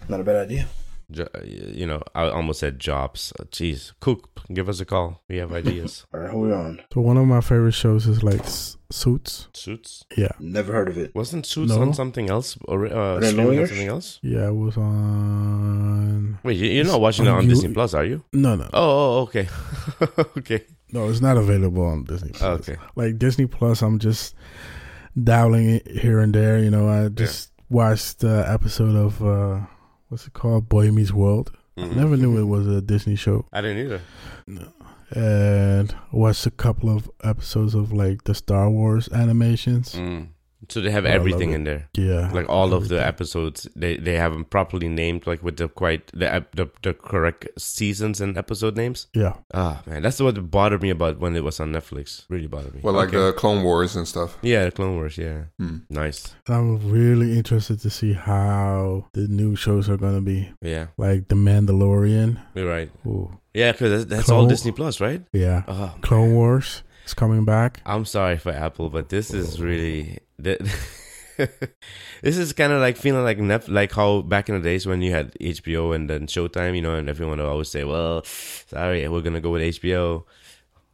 C: not a bad idea.
B: Jo- you know, I almost said jobs. Uh, Jeez, Coop, give us a call. We have ideas.
C: All right, hold on.
A: So one of my favorite shows is like S- Suits.
B: Suits
A: Yeah.
C: Never heard of it.
B: wasn't Suits
A: No.
B: on something else or uh,
C: Are they
B: streaming on
C: lawyers?
B: something else?
A: Yeah, it was on.
B: Wait, you- you're not watching it
A: on
B: on
A: you-
B: Disney Plus, are you?
A: No, no,
B: Oh, oh okay, okay,
A: no. It's not available on Disney. Plus.
B: okay.
A: Like Disney Plus, I'm just dabbling it here and there. You know, I just watched the episode of uh, what's it called, Boy Meets World.
B: Mm-hmm.
A: I never knew it was a Disney show,
B: I didn't either.
A: and watched a couple of episodes of like the Star Wars animations.
B: Mm. So they have
A: Oh, I love
B: everything
A: it.
B: in there.
A: Yeah,
B: Like all of the episodes, they they have them properly named, like with the quite the ep- the, the correct seasons and episode names.
A: yeah,
B: Ah man, that's what bothered me about when it was on Netflix. Really bothered me.
D: Well, like
B: Okay.
D: the Clone Wars and stuff.
B: yeah, the Clone Wars. Yeah,
D: Hmm.
B: nice.
A: I'm really interested to see how the new shows are gonna be.
B: Yeah,
A: Like the Mandalorian.
B: you're right.
A: Ooh,
B: Yeah, because that's, that's all
A: Clone-
B: Disney Plus, right?
A: yeah.
B: Oh,
A: Clone Wars is coming back.
B: I'm sorry for Apple, but this is really th- this is kind of like feeling like Netf- like how back in the days when you had HBO and then Showtime, you know, and everyone would always say, "Well, sorry, we're gonna go with HBO,"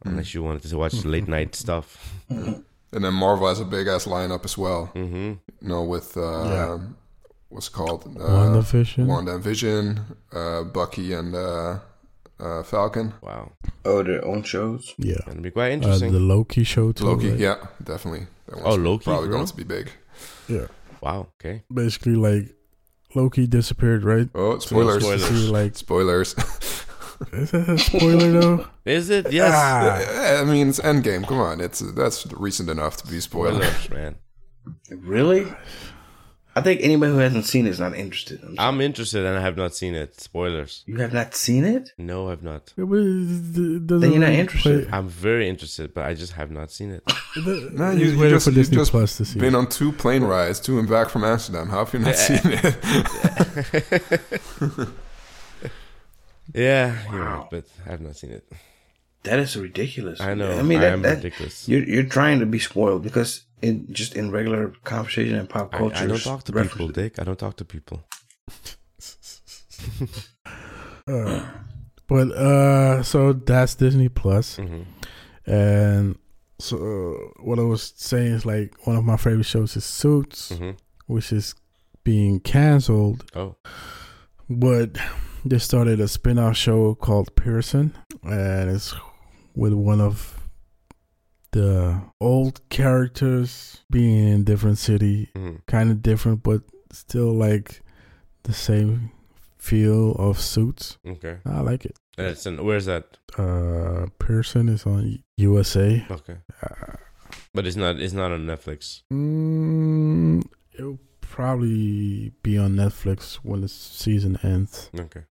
B: unless you wanted to watch late night stuff.
D: And then Marvel has a big ass lineup as well.
B: hmm
D: You know, with uh,
A: Yeah.
D: what's it called uh,
A: WandaVision.
D: Wanda and Vision, uh, Bucky and uh, uh, Falcon,
B: Wow,
C: Oh, their own shows.
A: yeah.
B: gonna be quite
A: Uh,
B: interesting.
A: the Loki show too.
D: Loki.
A: right?
D: Yeah, definitely. That
B: Oh, Loki,
D: probably
B: really?
D: going to be big.
A: yeah.
B: wow, okay,
A: Basically, like Loki disappeared, right?
D: Oh, spoilers!
B: spoilers.
A: See, like,
D: Spoilers.
A: is that a spoiler though?
B: is it? Yes,
A: Ah,
D: I mean, it's Endgame. Come on, it's that's recent enough to be spoiled.
B: spoilers, man.
C: Really? I think anybody who hasn't seen it is not interested. I'm-
B: I'm interested and I have not seen it. Spoilers.
C: You have not seen it?
B: No, I've not.
A: it was- it doesn't
C: Then you're not
A: really
C: interested.
A: play-
B: I'm very interested, but I just have not seen it.
A: it-
D: No,
A: it's
D: you, you
A: waiting
D: just,
A: for
D: you
A: Disney
D: just
A: Plus to see.
D: been
A: it.
D: on two plane rides to and back from Amsterdam. How have you not seen it?
B: Yeah, you're right, but I've not seen it.
C: That is ridiculous.
B: I know.
C: I mean,
B: I
C: that,
B: am
C: that-
B: ridiculous.
C: You're you're trying to be spoiled because in just in regular conversation and pop
B: I,
C: culture,
B: I don't talk to
C: reference-
B: people, Dick. I don't talk to people.
A: Uh, but uh, so that's Disney Plus.
B: Mhm.
A: and so uh, what I was saying is like one of my favorite shows is Suits,
B: Mhm.
A: which is being canceled.
B: Oh,
A: But they started a spin-off show called Pearson, and it's with one of the old characters being in a different city,
B: mhm.
A: kind of different, but still like the same feel of Suits.
B: okay.
A: I like it.
B: That's an, where's that?
A: Uh, Pearson is on USA.
B: Okay,
A: Uh,
B: but it's not. It's not on Netflix.
A: Mm, it'll probably be on Netflix when the season ends.
B: Okay,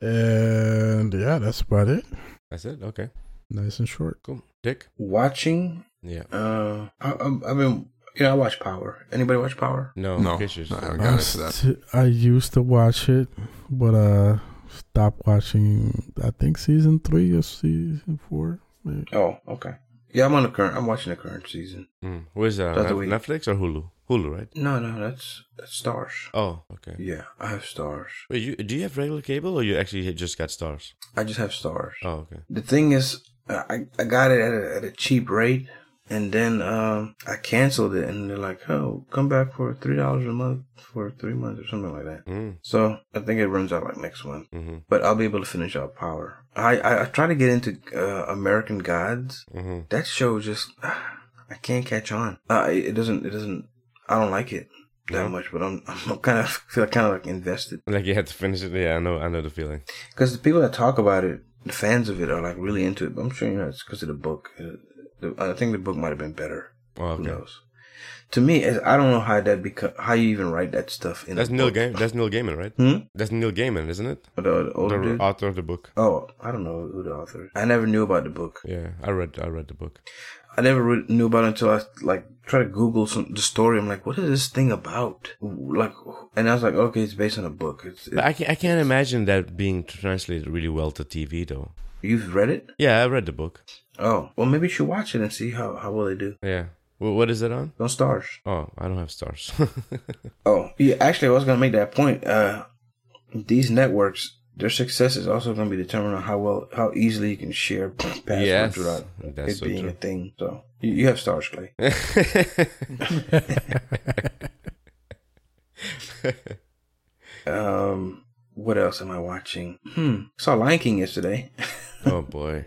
A: And yeah, that's about it.
B: that's it. Okay,
A: Nice and short.
B: cool. Dick.
C: Watching,
B: Yeah.
C: uh, I, I'm- I mean, you know, I watch Power. Anybody watch Power?
B: No.
D: No,
B: Kishes.
D: no, I haven't
A: I,
D: gotten into that.
A: st- I used to watch it, but uh, stopped watching. I think season three or season four. maybe.
C: Oh, okay. Yeah, I'm on the current. I'm watching the current season.
B: Mm. Where's that?
C: The other
B: Net-
C: week.
B: Netflix or Hulu? Hulu, right?
C: No, no, that's that's Stars.
B: Oh, okay.
C: Yeah, I have Stars.
B: Wait, you do you have regular cable or you actually just got stars?
C: I just have Stars.
B: Oh, okay.
C: The thing is, uh, I, I got it at a, at a cheap rate, and then um, I canceled it, and they're like, "Oh, come back for three dollars a month for three months or something like that."
B: Mm.
C: So I think it runs out like next month,
B: Mhm.
C: but I'll be able to finish out Power. I I, I try to get into uh, American Gods.
B: Mhm.
C: That show just I can't catch on. Uh, it it doesn't it doesn't I don't like it that
B: No?
C: much, but I'm I'm kind of feel kind of like invested
B: Like you had to finish it. Yeah, I know. I know the feeling.
C: because the people that talk about it, the fans of it, are like really into it. But I'm sure you know it's because of the book. Uh, the- I think the book might have been better.
B: Oh,
C: Who
B: okay.
C: knows? To me, it's- I don't know how that beca- how you even write that stuff in.
B: That's
C: a
B: Neil
C: book.
B: Gaiman. That's Neil Gaiman, right?
C: Hmm?
B: That's Neil Gaiman, isn't it?
C: The, the older
B: the
C: dude.
B: author of the book.
C: Oh, I don't know who the author. is. I never knew about the book.
B: Yeah, I read. I read the book.
C: I never re- knew about it until I like tried to Google some the story. I'm like, what is this thing about? Like, and I was like, okay, it's based on a book. It's,
B: But
C: it,
B: I can't, I can't imagine that being translated really well to TV, though.
C: you've read it?
B: Yeah, I read the book.
C: Oh, well, maybe you should watch it and see how how well they do.
B: Yeah. Wh- what is it on?
C: No stars.
B: Oh, I don't have stars.
C: Oh, yeah. Actually, I was gonna make that point. Uh, these networks, their success is also gonna be determined on how well, how easily you can share passwords
B: Yes,
C: without
B: that's
C: it
B: so
C: being
B: true.
C: a thing. So you, you have stars, Clay. Um, what else am I watching? Hmm. Saw Lion King yesterday.
B: oh boy.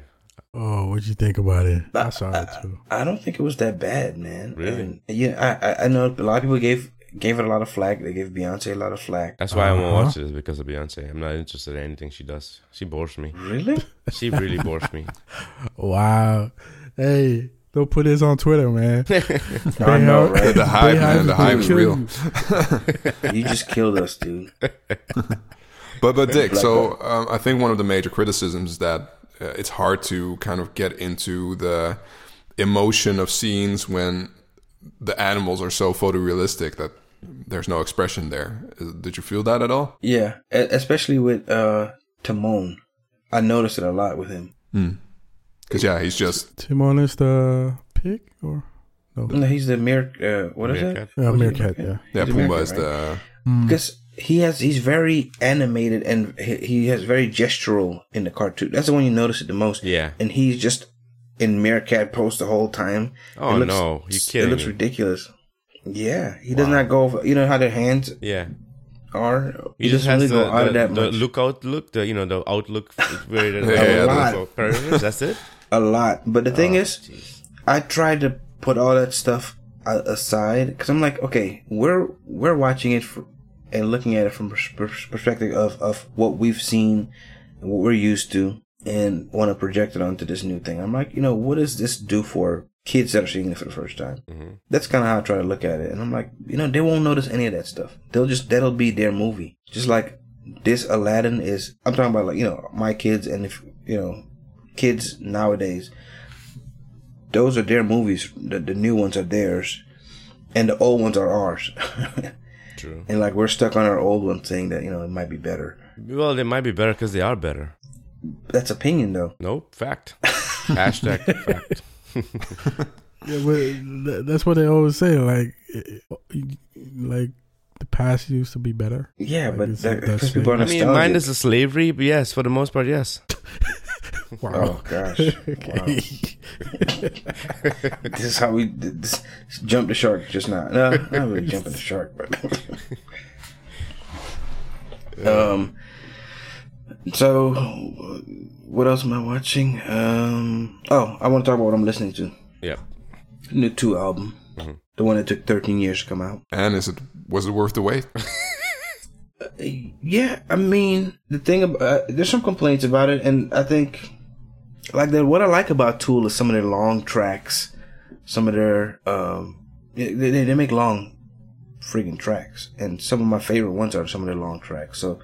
A: Oh, what'd you think about it? I saw it too.
C: I don't think it was that bad, man.
B: Really?
C: And, yeah, I- I I know a lot of people gave gave it a lot of flack. They gave Beyonce a lot of flack.
B: That's why I
A: Uh-huh.
B: won't watch it is because of Beyonce. I'm not interested in anything she does. She bores me.
C: Really?
B: She really bores me.
A: Wow. Hey, don't put this on Twitter, man.
C: I know, right?
D: The hype, man. The
A: is gonna
D: hype is
A: kill
D: real.
A: you.
C: you just killed us, dude.
D: But but Dick,
C: Black
D: so um, I think one of the major criticisms is that uh, it's hard to kind of get into the emotion of scenes when the animals are so photorealistic that there's no expression there. Is- Did you feel that at all?
C: Yeah, e- especially with uh Timon. I noticed it a lot with him.
D: Because yeah, he's just
A: Timon is the pig, uh, or
C: No, he's the mere. Uh, what is
B: Meerkat.
C: it?
A: yeah, meerkat? Yeah.
D: yeah,
C: He's
D: Pumbaa
C: American,
D: is the
C: Because he has, he's very animated and he, he has very gestural in the cartoon. That's the one you notice it the most.
B: Yeah.
C: and he's just in meerkat pose the whole time.
B: Oh
C: It looks-
B: no, you
C: It
B: kidding
C: looks
B: me.
C: ridiculous. Yeah, he does not go. Over, you know how their hands
B: Yeah.
C: are.
B: He, just has
C: really
B: the,
C: go out
B: the,
C: of that
B: the
C: much.
B: lookout look, the you know, the outlook where the
D: Yeah, yeah,
B: outlook for- That's it.
C: a lot. But the thing is, I try to put all that stuff a- aside because I'm like, okay, we're we're watching it for, and looking at it from pers- pers- perspective of of what we've seen, and what we're used to, and want to project it onto this new thing. I'm like, you know, what does this do for kids that are seeing it for the first time? That's kind of how I try to look at it. And I'm like, you know, they won't notice any of that stuff. They'll just that'll be their movie, just like. This Aladdin is. I'm talking about like you know my kids and if you know kids nowadays those are their movies. The, the new ones are theirs, and the old ones are ours.
B: True.
C: and like we're stuck on our old one, saying that you know it might be better.
B: Well, they might be better because they are better.
C: That's opinion, though.
B: Nope, fact. Hashtag fact.
A: Yeah, but th- that's what they always say. Like, it- it- like the past used to be better.
C: Yeah,
A: Like,
C: but
A: it's like
C: that,
A: that's
C: because people are
B: I mean, mine is
C: nostalgic.
B: a slavery, but yes, for the most part, yes.
C: Oh gosh! Wow. This is how we did this. jump the shark, just not. No, not really jumping the shark, but. um. So, what else am I watching? Um. Oh, I want to talk about what I'm listening to.
B: Yep.
C: New two album, the one that took 13 years to come out.
D: And is it was it worth the wait?
C: Yeah, I mean, the thing about uh, there's some complaints about it, and I think like that. What I like about Tool is some of their long tracks, some of their um, they, they they make long freaking tracks, and some of my favorite ones are some of their long tracks. So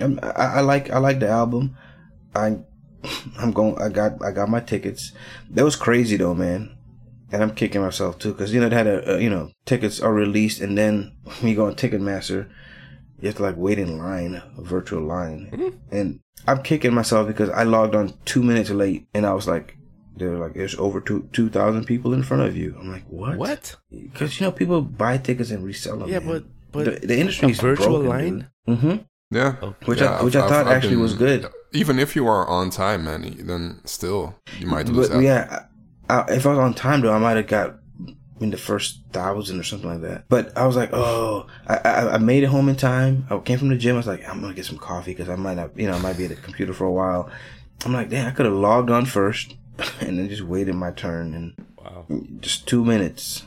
C: um, I, I like I like the album. I I'm going. I got I got my tickets. That was crazy though, man. And I'm kicking myself too, cause you know it had a, a you know tickets are released, and then you go on Ticketmaster you have to like wait in line, a virtual line. And I'm kicking myself because I logged on two minutes late and I was like, they're like, there's over two, 2,000 people in front of you. I'm like, what?
B: What?
C: Because, you know, people buy tickets and resell them.
B: Yeah,
C: man.
B: but but
C: the, the industry
B: a
C: is
B: virtual
C: broken,
B: line?
C: hmm
D: yeah.
C: Which
D: Yeah,
C: I which i
D: I've-
C: thought
D: I've
C: actually
D: been-
C: was good.
D: Even if you are on time, man, then still you might lose
C: But
D: out.
C: yeah, I, I, if I was on time though, I might have got in the first thousand or something like that. But I was like, oh, I, I, I made it home in time. I came from the gym. I was like, I'm gonna get some coffee because I might not, you know, I might be at the computer for a while. I'm like, damn, I could have logged on first and then just waited my turn and
B: wow.
C: just two minutes.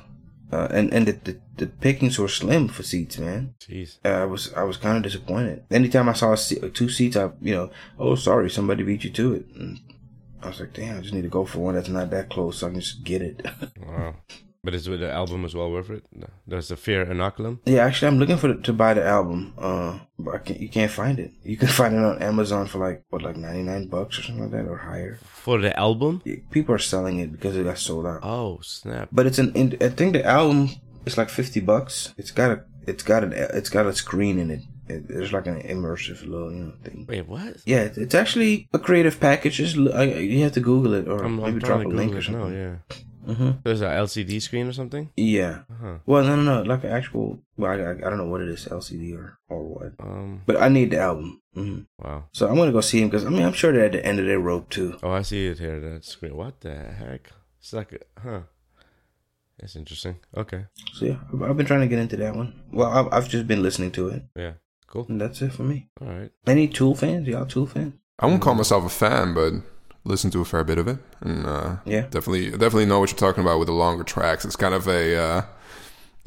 C: Uh, and and the, the the pickings were slim for seats, man.
B: Jeez.
C: Uh, I was I was kind of disappointed. Anytime I saw a se- two seats, I you know, oh sorry, somebody beat you to it. And I was like, damn, I just need to go for one that's not that close, so I can just get it.
B: Wow. But is the album as well worth it? No. There's a Fear Inoculum.
C: yeah, actually, I'm looking for the, to buy the album, uh, but I can't, you can't find it. You can find it on Amazon for like what, like 99 bucks or something like that, or higher.
B: For the album?
C: Yeah, People are selling it because it got sold out.
B: Oh, snap.
C: But it's an in- I think the album is like 50 bucks. It's got a it's got an it's got a screen in it. it there's like an immersive little you know thing.
B: Wait, what?
C: Yeah, it- it's actually a creative package. Just l- I, you have to Google it or
B: I'm,
C: maybe
B: I'm
C: drop
B: trying
C: a
B: to
C: link
B: Google
C: or
B: it now,
C: something.
B: yeah.
C: Mhm.
B: There's an LCD screen or something?
C: Yeah.
B: Uh-huh.
C: Well, no, no, no. Like an actual. Well, I, I, I don't know what it is, LCD or or what.
B: Um,
C: But I need the album. hmm
B: wow.
C: So I'm gonna go see him because I mean I'm sure they're at the end of their rope too.
B: Oh, I see it here. That screen. What the heck? It's like, a, huh? That's interesting. Okay.
C: So yeah, I've, I've been trying to get into that one. Well, I've, I've just been listening to it,
B: Yeah. Cool.
C: and that's it for me.
B: All right.
C: Any Tool fans? Y'all Tool fans?
D: I won't call myself a fan, but listen to a fair bit of it, and uh,
C: Yeah.
D: definitely definitely know what you're talking about with the longer tracks. It's kind of a uh,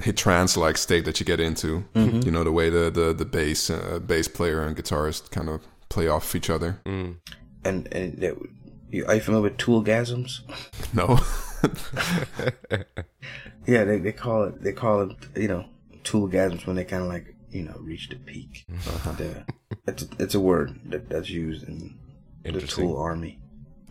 D: a trance like state that you get into.
B: Mm-hmm.
D: You know the way the the the bass uh, bass player and guitarist kind of play off each other.
B: Mm.
C: And and that, you, are you familiar with Toolgasms?
D: No,
C: Yeah, they, they call it they call it you know tool gasms when they kind of like you know reach the peak. The- it's it's a word that, that's used in the
B: Interesting.
C: tool army.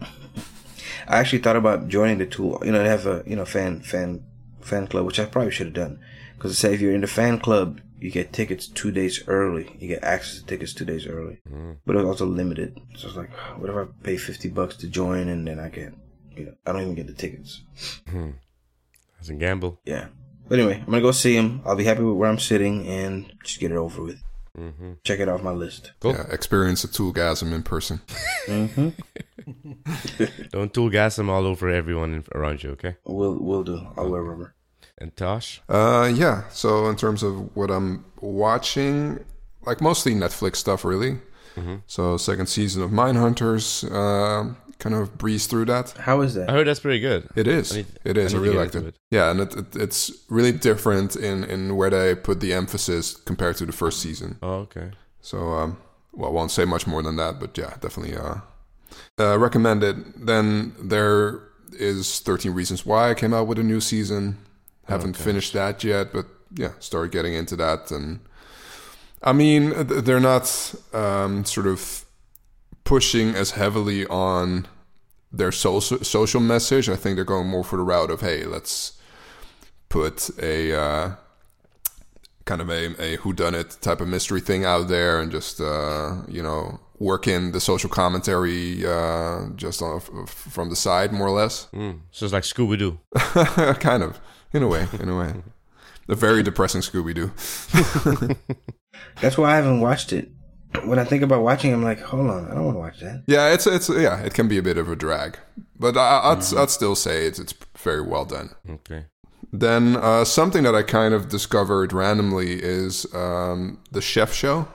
C: I actually thought about joining the tool. You know, they have a you know fan fan fan club, which I probably should have done because it said if you're in the fan club, you get tickets two days early. You get access to tickets two days early, but it was also limited. So it's like, what if I pay fifty bucks to join and then I get, you know, I don't even get the tickets.
B: That's a gamble.
C: Yeah. But anyway, I'm gonna go see him. I'll be happy with where I'm sitting and just get it over with.
D: Mm-hmm.
C: Check it off my list.
B: Cool.
D: yeah, experience a toolgasm in person.
B: Don't tool gas them all over everyone in, around you, okay?
C: We'll we'll do. I'll wear rubber.
B: And Tosh?
D: Uh, yeah. So in terms of what I'm watching, like mostly Netflix stuff, really.
B: Mm-hmm.
D: So second season of Mindhunters, uh, kind of breeze through that.
C: How is that?
B: I heard that's pretty good.
D: It is.
B: need-
D: it is.
B: I
D: I,
B: need to
D: really
B: get
D: liked it.
B: into it.
D: Yeah, and it, it, it's really different in, in where they put the emphasis compared to the first season.
B: Oh, okay.
D: So, um, well, I won't say much more than that, but yeah, definitely uh, uh, recommend it. Then there is 13 Reasons Why I came out with a new season. Haven't finished that yet, but yeah, started getting into that. And I mean, th- they're not um, sort of pushing as heavily on their social social message. I think they're going more for the route of hey, let's put a uh, kind of a, a whodunit type of mystery thing out there, and just uh, you know work in the social commentary uh, just on, f- f- from the side, more or less.
B: Mm. So it's like Scooby Doo.
D: kind of, in a way, in a way. A very depressing Scooby Doo.
C: That's why I haven't watched it. When I think about watching, I'm like, hold on, I don't want to watch that.
D: yeah, it's it's yeah, it can be a bit of a drag, but I, I'd I'd still say it's it's very well done.
B: Okay.
D: Then uh, something that I kind of discovered randomly is um, the Chef Show.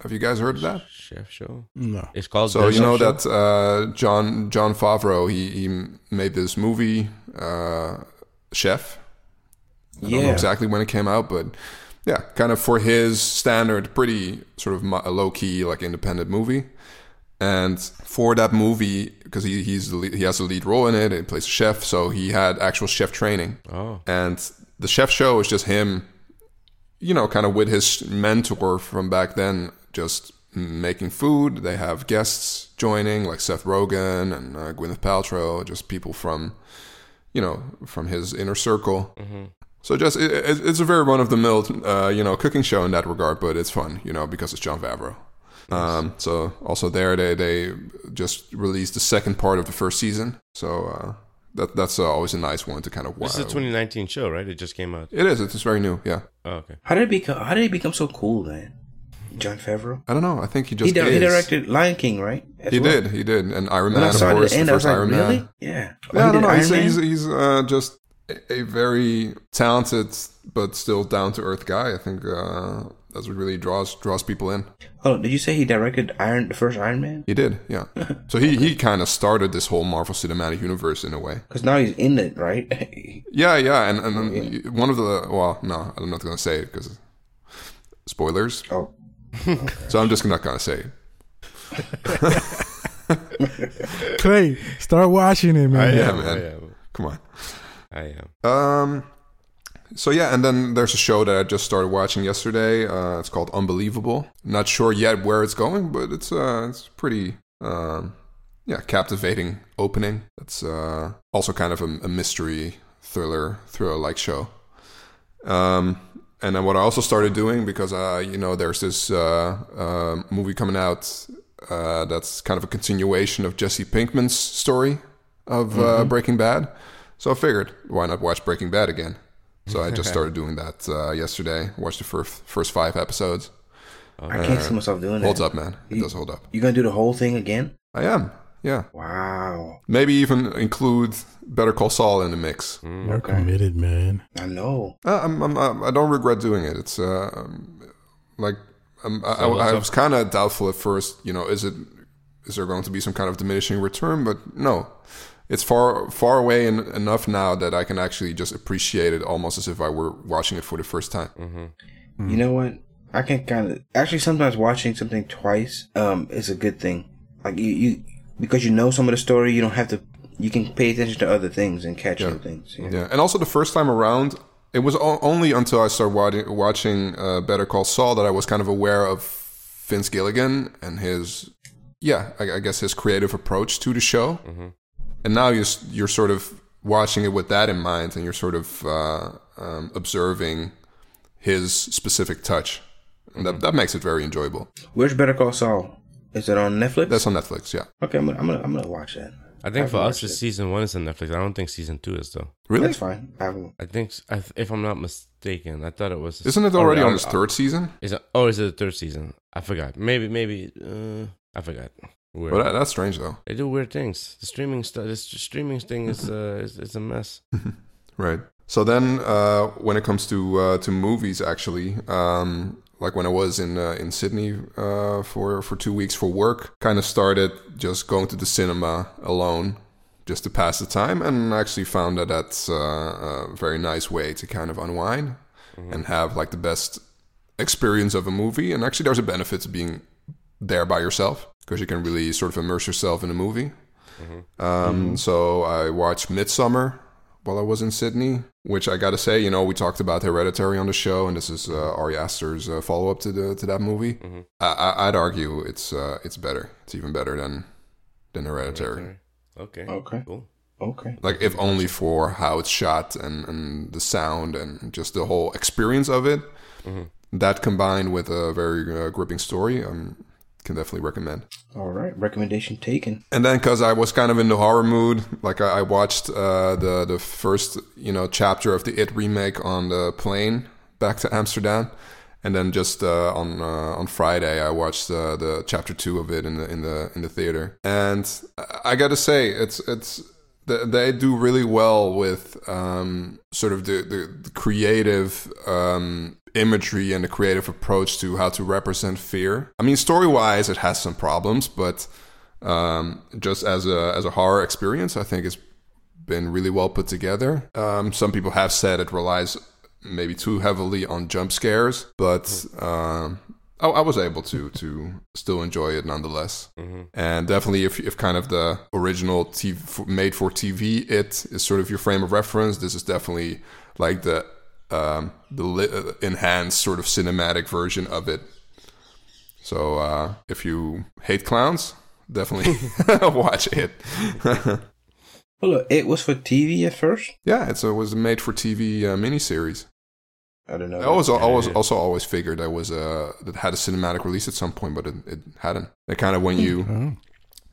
D: Have you guys heard of that?
B: Chef show.
A: No.
B: It's called.
D: So
B: The
D: you know
B: Chef Show?
D: that uh, John John Favreau he, he made this movie uh, Chef. I don't know
C: Yeah.
D: exactly when it came out, but yeah, kind of for his standard, pretty sort of low key, like independent movie. And for that movie, because he he's the lead, he has the lead role in it, and he plays a chef, so he had actual chef training.
B: Oh.
D: And the chef show is just him, you know, kind of with his mentor from back then, just making food. They have guests joining, like Seth Rogen and uh, Gwyneth Paltrow, just people from, you know, from his inner circle.
B: Mm-hmm.
D: So just it, it- it's a very run of the mill, uh, you know, cooking show in that regard, but it's fun, you know, because it's John Favreau. Um, so also there they they just released the second part of the first season. So uh, that that's uh, always a nice one to kind of
B: This is a 2019 show, right? It just came out.
D: It is. It's very new. Yeah.
B: Oh, okay.
C: How did it become? How did he become so cool, man? John Favreau.
D: I don't know. I think he just
C: He, di- he
D: is.
C: directed Lion King, right? As
D: He
C: well.
D: did. He did. And Iron
C: When I
D: Man, of
C: saw it at
D: course,
C: the end,
D: the
C: I was
D: first
C: like,
D: Iron
C: really?
D: Man.
C: Yeah. Oh,
D: Yeah,
C: he
D: I don't
C: did
D: know. He's,
C: Iron
D: he's,
C: Man?
D: he's uh, just a- a very talented but still down to earth guy. I think uh, that's what really draws draws people in.
C: Hold on, did you say he directed Iron the first Iron Man?
D: He did. Yeah. So he, he kind of started this whole Marvel Cinematic Universe in a way.
C: Because now he's in it, right?
D: Yeah, yeah, and and then one of the well, no, I'm not gonna say it because spoilers.
C: oh,
D: So I'm just not gonna say it.
A: Clay, start watching it, man.
D: Yeah,
B: am,
D: man.
B: I am.
D: Come on.
B: I am.
D: Um, so yeah, and then there's a show that I just started watching yesterday. Uh, it's called Unbelievable. Not sure yet where it's going, but it's uh, it's pretty um, yeah, captivating opening. It's uh, also kind of a, a mystery thriller thriller like show. Um, and then what I also started doing because uh, you know there's this uh, uh, movie coming out uh, that's kind of a continuation of Jesse Pinkman's story of uh, Breaking Bad. So I figured why not watch Breaking Bad again. So I just started doing that uh, yesterday. Watched the first first five episodes. Oh,
C: I can't
D: uh,
C: see myself doing
D: Holds
C: that.
D: up, man. It does hold up.
C: You gonna do the whole thing again?
D: I am. Yeah.
C: Wow,
D: Maybe even include Better Call Saul in the mix.
A: You're committed, man.
C: I know.
D: Uh, I'm, I'm, I'm, I don't regret doing it. It's uh, um, like um, I, I- I
B: what's
D: was kind of doubtful at first. You know, is it is there going to be some kind of diminishing return? But no, it's far far away en- enough now that I can actually just appreciate it almost as if I were watching it for the first time.
B: Mm.
C: You know what? I can kind of actually sometimes watching something twice um is a good thing. Like you, you because you know some of the story, you don't have to. You can pay attention to other things and catch other things.
B: Mm.
C: Yeah.
D: Yeah, and also the first time around, it was o- only until I started wa- watching uh, Better Call Saul that I was kind of aware of Vince Gilligan and his, yeah, I, I guess his creative approach to the show.
B: Mm-hmm.
D: And now you're s- you're sort of watching it with that in mind, and you're sort of uh, um, observing his specific touch. And
B: Mm-hmm.
D: that, that makes it very enjoyable.
C: Where's Better Call Saul? Is it on Netflix?
D: That's on Netflix, yeah.
C: okay, I'm gonna, I'm gonna I'm gonna watch that.
B: I think
C: I've
B: for us,
C: watched
B: it's
C: it.
B: season one is on Netflix. I don't think season two is though.
D: Really?
C: That's fine. I will.
B: I think, s- I th- if I'm not mistaken, I thought it was.
D: Isn't it already
B: Oh,
D: on
B: I-
D: its third season?
B: Is it? Oh, is it the third season? I forgot. Maybe, maybe. Uh, I forgot. Weird.
D: Well, that, that's strange, though.
B: they do weird things. The streaming stuff. This streaming thing is uh, is, is a mess.
D: Right. So then, uh, when it comes to uh, to movies, actually, um, like when I was in uh, in Sydney uh, for for two weeks for work, kind of started just going to the cinema alone, just to pass the time, and actually found that that's uh, a very nice way to kind of unwind and have like the best experience of a movie. And actually, there's a benefit to being there by yourself because you can really sort of immerse yourself in a movie. Um, So I watched Midsummer while I was in Sydney, which I gotta say, you know, we talked about Hereditary on the show, and this is uh, Ari Aster's uh, follow up to the to that movie. I, I, I'd argue it's uh, it's better. It's even better than than Hereditary.
B: Okay.
C: Okay.
B: Cool.
C: Okay.
D: Like if only for how it's shot and, and the sound and just the whole experience of it. That combined with a very uh, gripping story, um, can definitely recommend.
C: All right, recommendation taken.
D: And then, because I was kind of in the horror mood, like I, I watched uh, the the first you know chapter of the It remake on the plane back to Amsterdam, and then just uh, on uh, on Friday I watched uh, the chapter two of it in the in the in the theater, and I- I gotta say it's it's th- they do really well with um, sort of the the, the creative. Um, imagery and the creative approach to how to represent fear. I mean story wise it has some problems, but um, just as a as a horror experience, I think it's been really well put together. Um, some people have said it relies maybe too heavily on jump scares, but um, I, I was able to to still enjoy it nonetheless.
B: Mm-hmm.
D: And definitely, if if kind of the original TV, made for TV, it is sort of your frame of reference. This is definitely like the um, the li- uh, enhanced sort of cinematic version of it. So uh, if you hate clowns, definitely watch it.
C: Well, look, it was for TV at first.
D: Yeah, it's, it was a made for TV uh, miniseries.
C: I don't know.
D: I always, always, also always figured that was uh, that had a cinematic release at some point, but it, it hadn't. That kind of when you
A: Oh.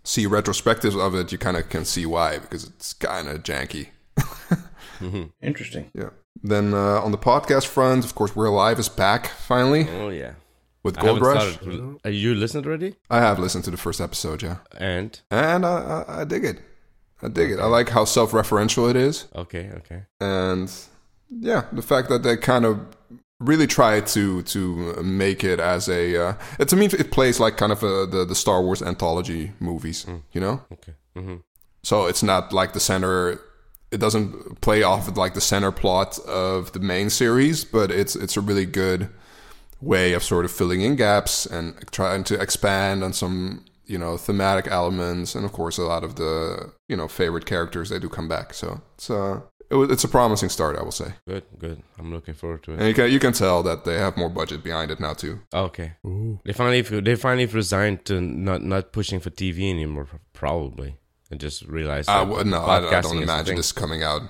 D: see retrospectives of it, you kind of can see why because it's kind of janky.
B: Mm-hmm.
C: Interesting.
D: Yeah. Then uh, on the podcast front, of course, We're Alive is back finally
B: Oh yeah.
D: with
B: I haven't
D: Gold Rush.
B: started. Are you listened already?
D: I have listened to the first episode, yeah,
B: And
D: and I, I, I dig it. I dig it. I like how self-referential it is.
B: okay, okay.
D: and yeah, the fact that they kind of really try to to make it as a uh, it, to me it plays like kind of a, the the Star Wars anthology movies,
B: Mm.
D: you know.
B: Okay. hmm
D: So it's not like the center. It doesn't play off of like the center plot of the main series, but it's it's a really good way of sort of filling in gaps and trying to expand on some you know thematic elements and of course a lot of the you know favorite characters they do come back. So it's uh it was, it's a promising start, I will say.
B: Good, good. I'm looking forward to it.
D: And you can you can tell that they have more budget behind it now too.
B: Okay.
A: Ooh.
B: They finally they finally resigned to not not pushing for TV anymore. Probably and just realized.
D: I
B: that
D: w- no, I, I
B: podcasting is
D: don't
B: the
D: imagine
B: thing.
D: this coming out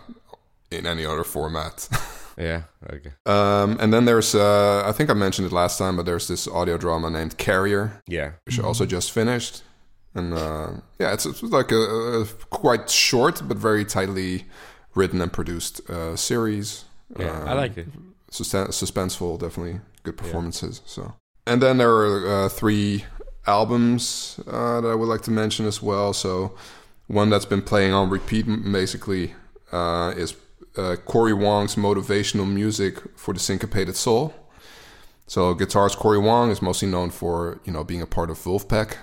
D: in any other format.
B: Yeah. Okay.
D: Um, and then there's, uh, I think I mentioned it last time, but there's this audio drama named Carrier,
B: Yeah.
D: which I also just finished. And uh, yeah, it's, it's like a, a quite short but very tightly written and produced uh, series.
B: Yeah. I
D: Um,
B: like it.
D: susten- suspenseful, definitely good performances. So, and then there are uh, three albums uh, that I would like to mention as well. So, one that's been playing on repeat m- basically uh, is uh, Corey Wong's motivational music for the syncopated soul. So, guitarist Corey Wong is mostly known for you know being a part of Wolfpack.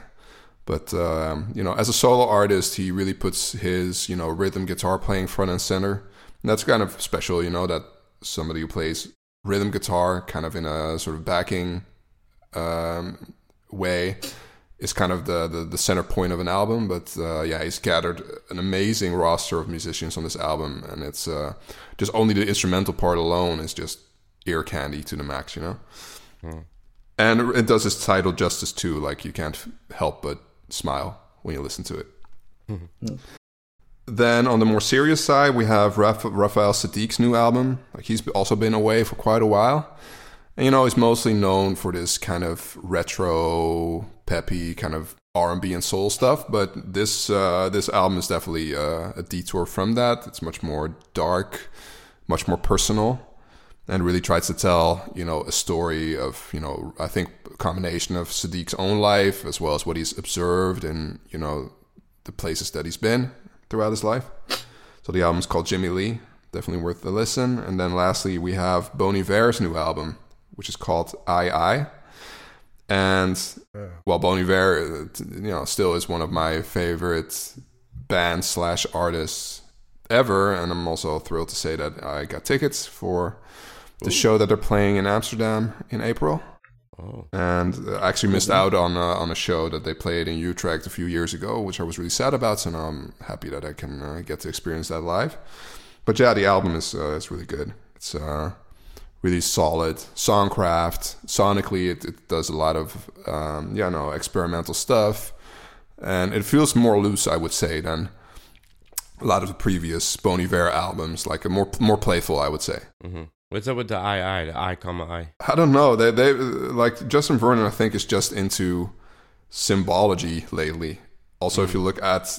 D: But um, you know, as a solo artist, he really puts his you know rhythm guitar playing front and center. And that's kind of special, you know, that somebody who plays rhythm guitar kind of in a sort of backing um, way is kind of the, the, the center point of an album. But uh, yeah, he's gathered an amazing roster of musicians on this album, and it's uh, just only the instrumental part alone is just ear candy to the max, you know. And it does its title justice too. Like you can't f- help but smile when you listen to it. Then on the more serious side, we have Raf- Raphael Sadiq's new album. Like he's also been away for quite a while, and you know he's mostly known for this kind of retro, peppy kind of R and B and soul stuff. But this uh, this album is definitely uh, a detour from that. It's much more dark, much more personal, and really tries to tell you know a story of you know I think a combination of Sadiq's own life as well as what he's observed and you know the places that he's been throughout his life. So the album's called Jimmy Lee, definitely worth a listen. And then lastly, we have Bon Iver's new album, which is called I I. And well, Bon Iver, uh, t- you know, still is one of my favorite bands slash artists ever, and I'm also thrilled to say that I got tickets for the show that they're playing in Amsterdam in April
B: Oh.
D: and I actually missed out on uh, on a show that they played in Utrecht a few years ago, which I was really sad about. So now I'm happy that I can uh, get to experience that live. But yeah, the album is uh, is really good. It's uh, really solid songcraft. Sonically, it, it does a lot of um, yeah, no experimental stuff, and it feels more loose, I would say, than a lot of the previous Bon Iver albums. Like a more more playful, I would say.
B: hmm What's up with the I I the I comma I?
D: I don't know. They they like Justin Vernon. I think is just into symbology lately. Also, if you look at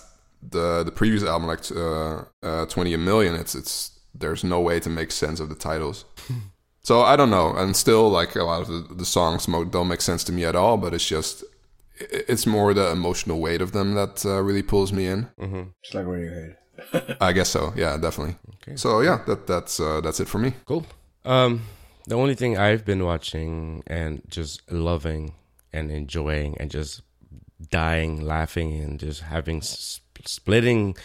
D: the the previous album, like uh, uh, Twenty a Million, it's it's there's no way to make sense of the titles. so I don't know, and still like a lot of the, the songs mo- don't make sense to me at all. But it's just i- it's more the emotional weight of them that uh, really pulls me in.
C: It's like Radiohead.
D: I guess so. Yeah, definitely. So yeah, that that's uh, that's it for me.
B: Cool. Um, the only thing I've been watching and just loving and enjoying and just dying laughing and just having s- splitting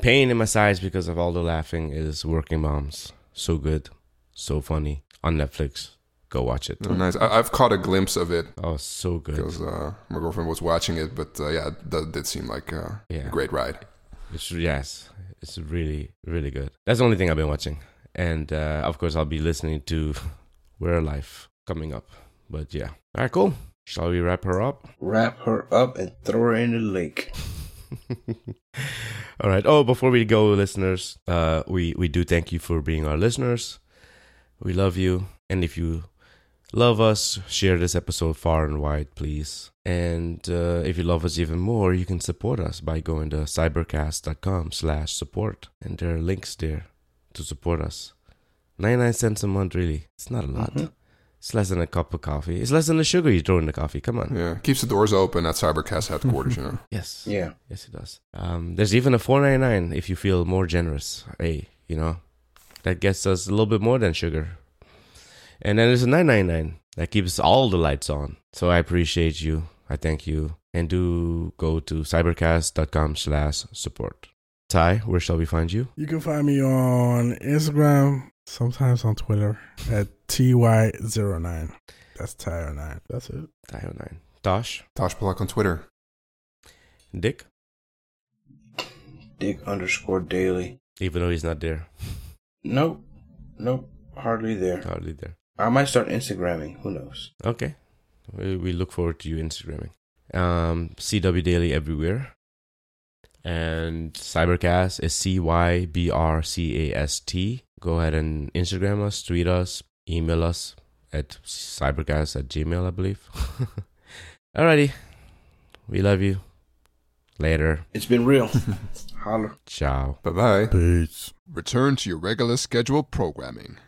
B: pain in my sides because of all the laughing is Working Moms. So good, so funny on Netflix. Go watch it.
D: Oh, nice. I, I've caught a glimpse of it
B: Oh, so good.
D: because uh, my girlfriend was watching it, but uh, yeah, that did seem like uh,
B: Yeah.
D: a great ride.
B: It's, yes, it's really, really good. That's the only thing I've been watching. And uh, of course, I'll be listening to We're Life coming up. But yeah. All right, cool. Shall we wrap her up?
C: Wrap her up and throw her in the lake.
B: All right. Oh, before we go, listeners, uh, we we do thank you for being our listeners. We love you, and if you love us, share this episode far and wide, please. And uh, if you love us even more, you can support us by going to cybercast.com/support, and there are links there to support us. Ninety-nine cents a month, really. It's not a lot. It's less than a cup of coffee. It's less than the sugar you throw in the coffee. Come on.
D: Yeah, keeps the doors open at Cybercast headquarters. you know.
B: Yes.
C: Yeah.
B: Yes, it does. Um, there's even a four ninety nine if you feel more generous. Hey, you know, that gets us a little bit more than sugar. And then there's a nine ninety nine that keeps all the lights on. So I appreciate you. I thank you. And do go to cybercast.com slash support. Ty, where shall we find you?
A: You can find me on Instagram, sometimes on Twitter at ty09. That's ty09. That's it.
B: Ty09. Tosh?
D: Tosh Palak on Twitter.
B: Dick?
C: Dick underscore daily.
B: Even though he's not there.
C: Nope. Nope. Hardly there.
B: Hardly there.
C: I might start Instagramming. Who knows?
B: Okay. We, we look forward to you Instagramming. Um, CW Daily everywhere. And Cybercast is C Y B R C A S T. Go ahead and Instagram us, tweet us, email us at cybercast at gmail, I believe. Alrighty. We love you. Later.
C: It's been real. Holler.
B: Ciao.
D: Bye bye.
A: Peace.
D: Return to your regular scheduled programming.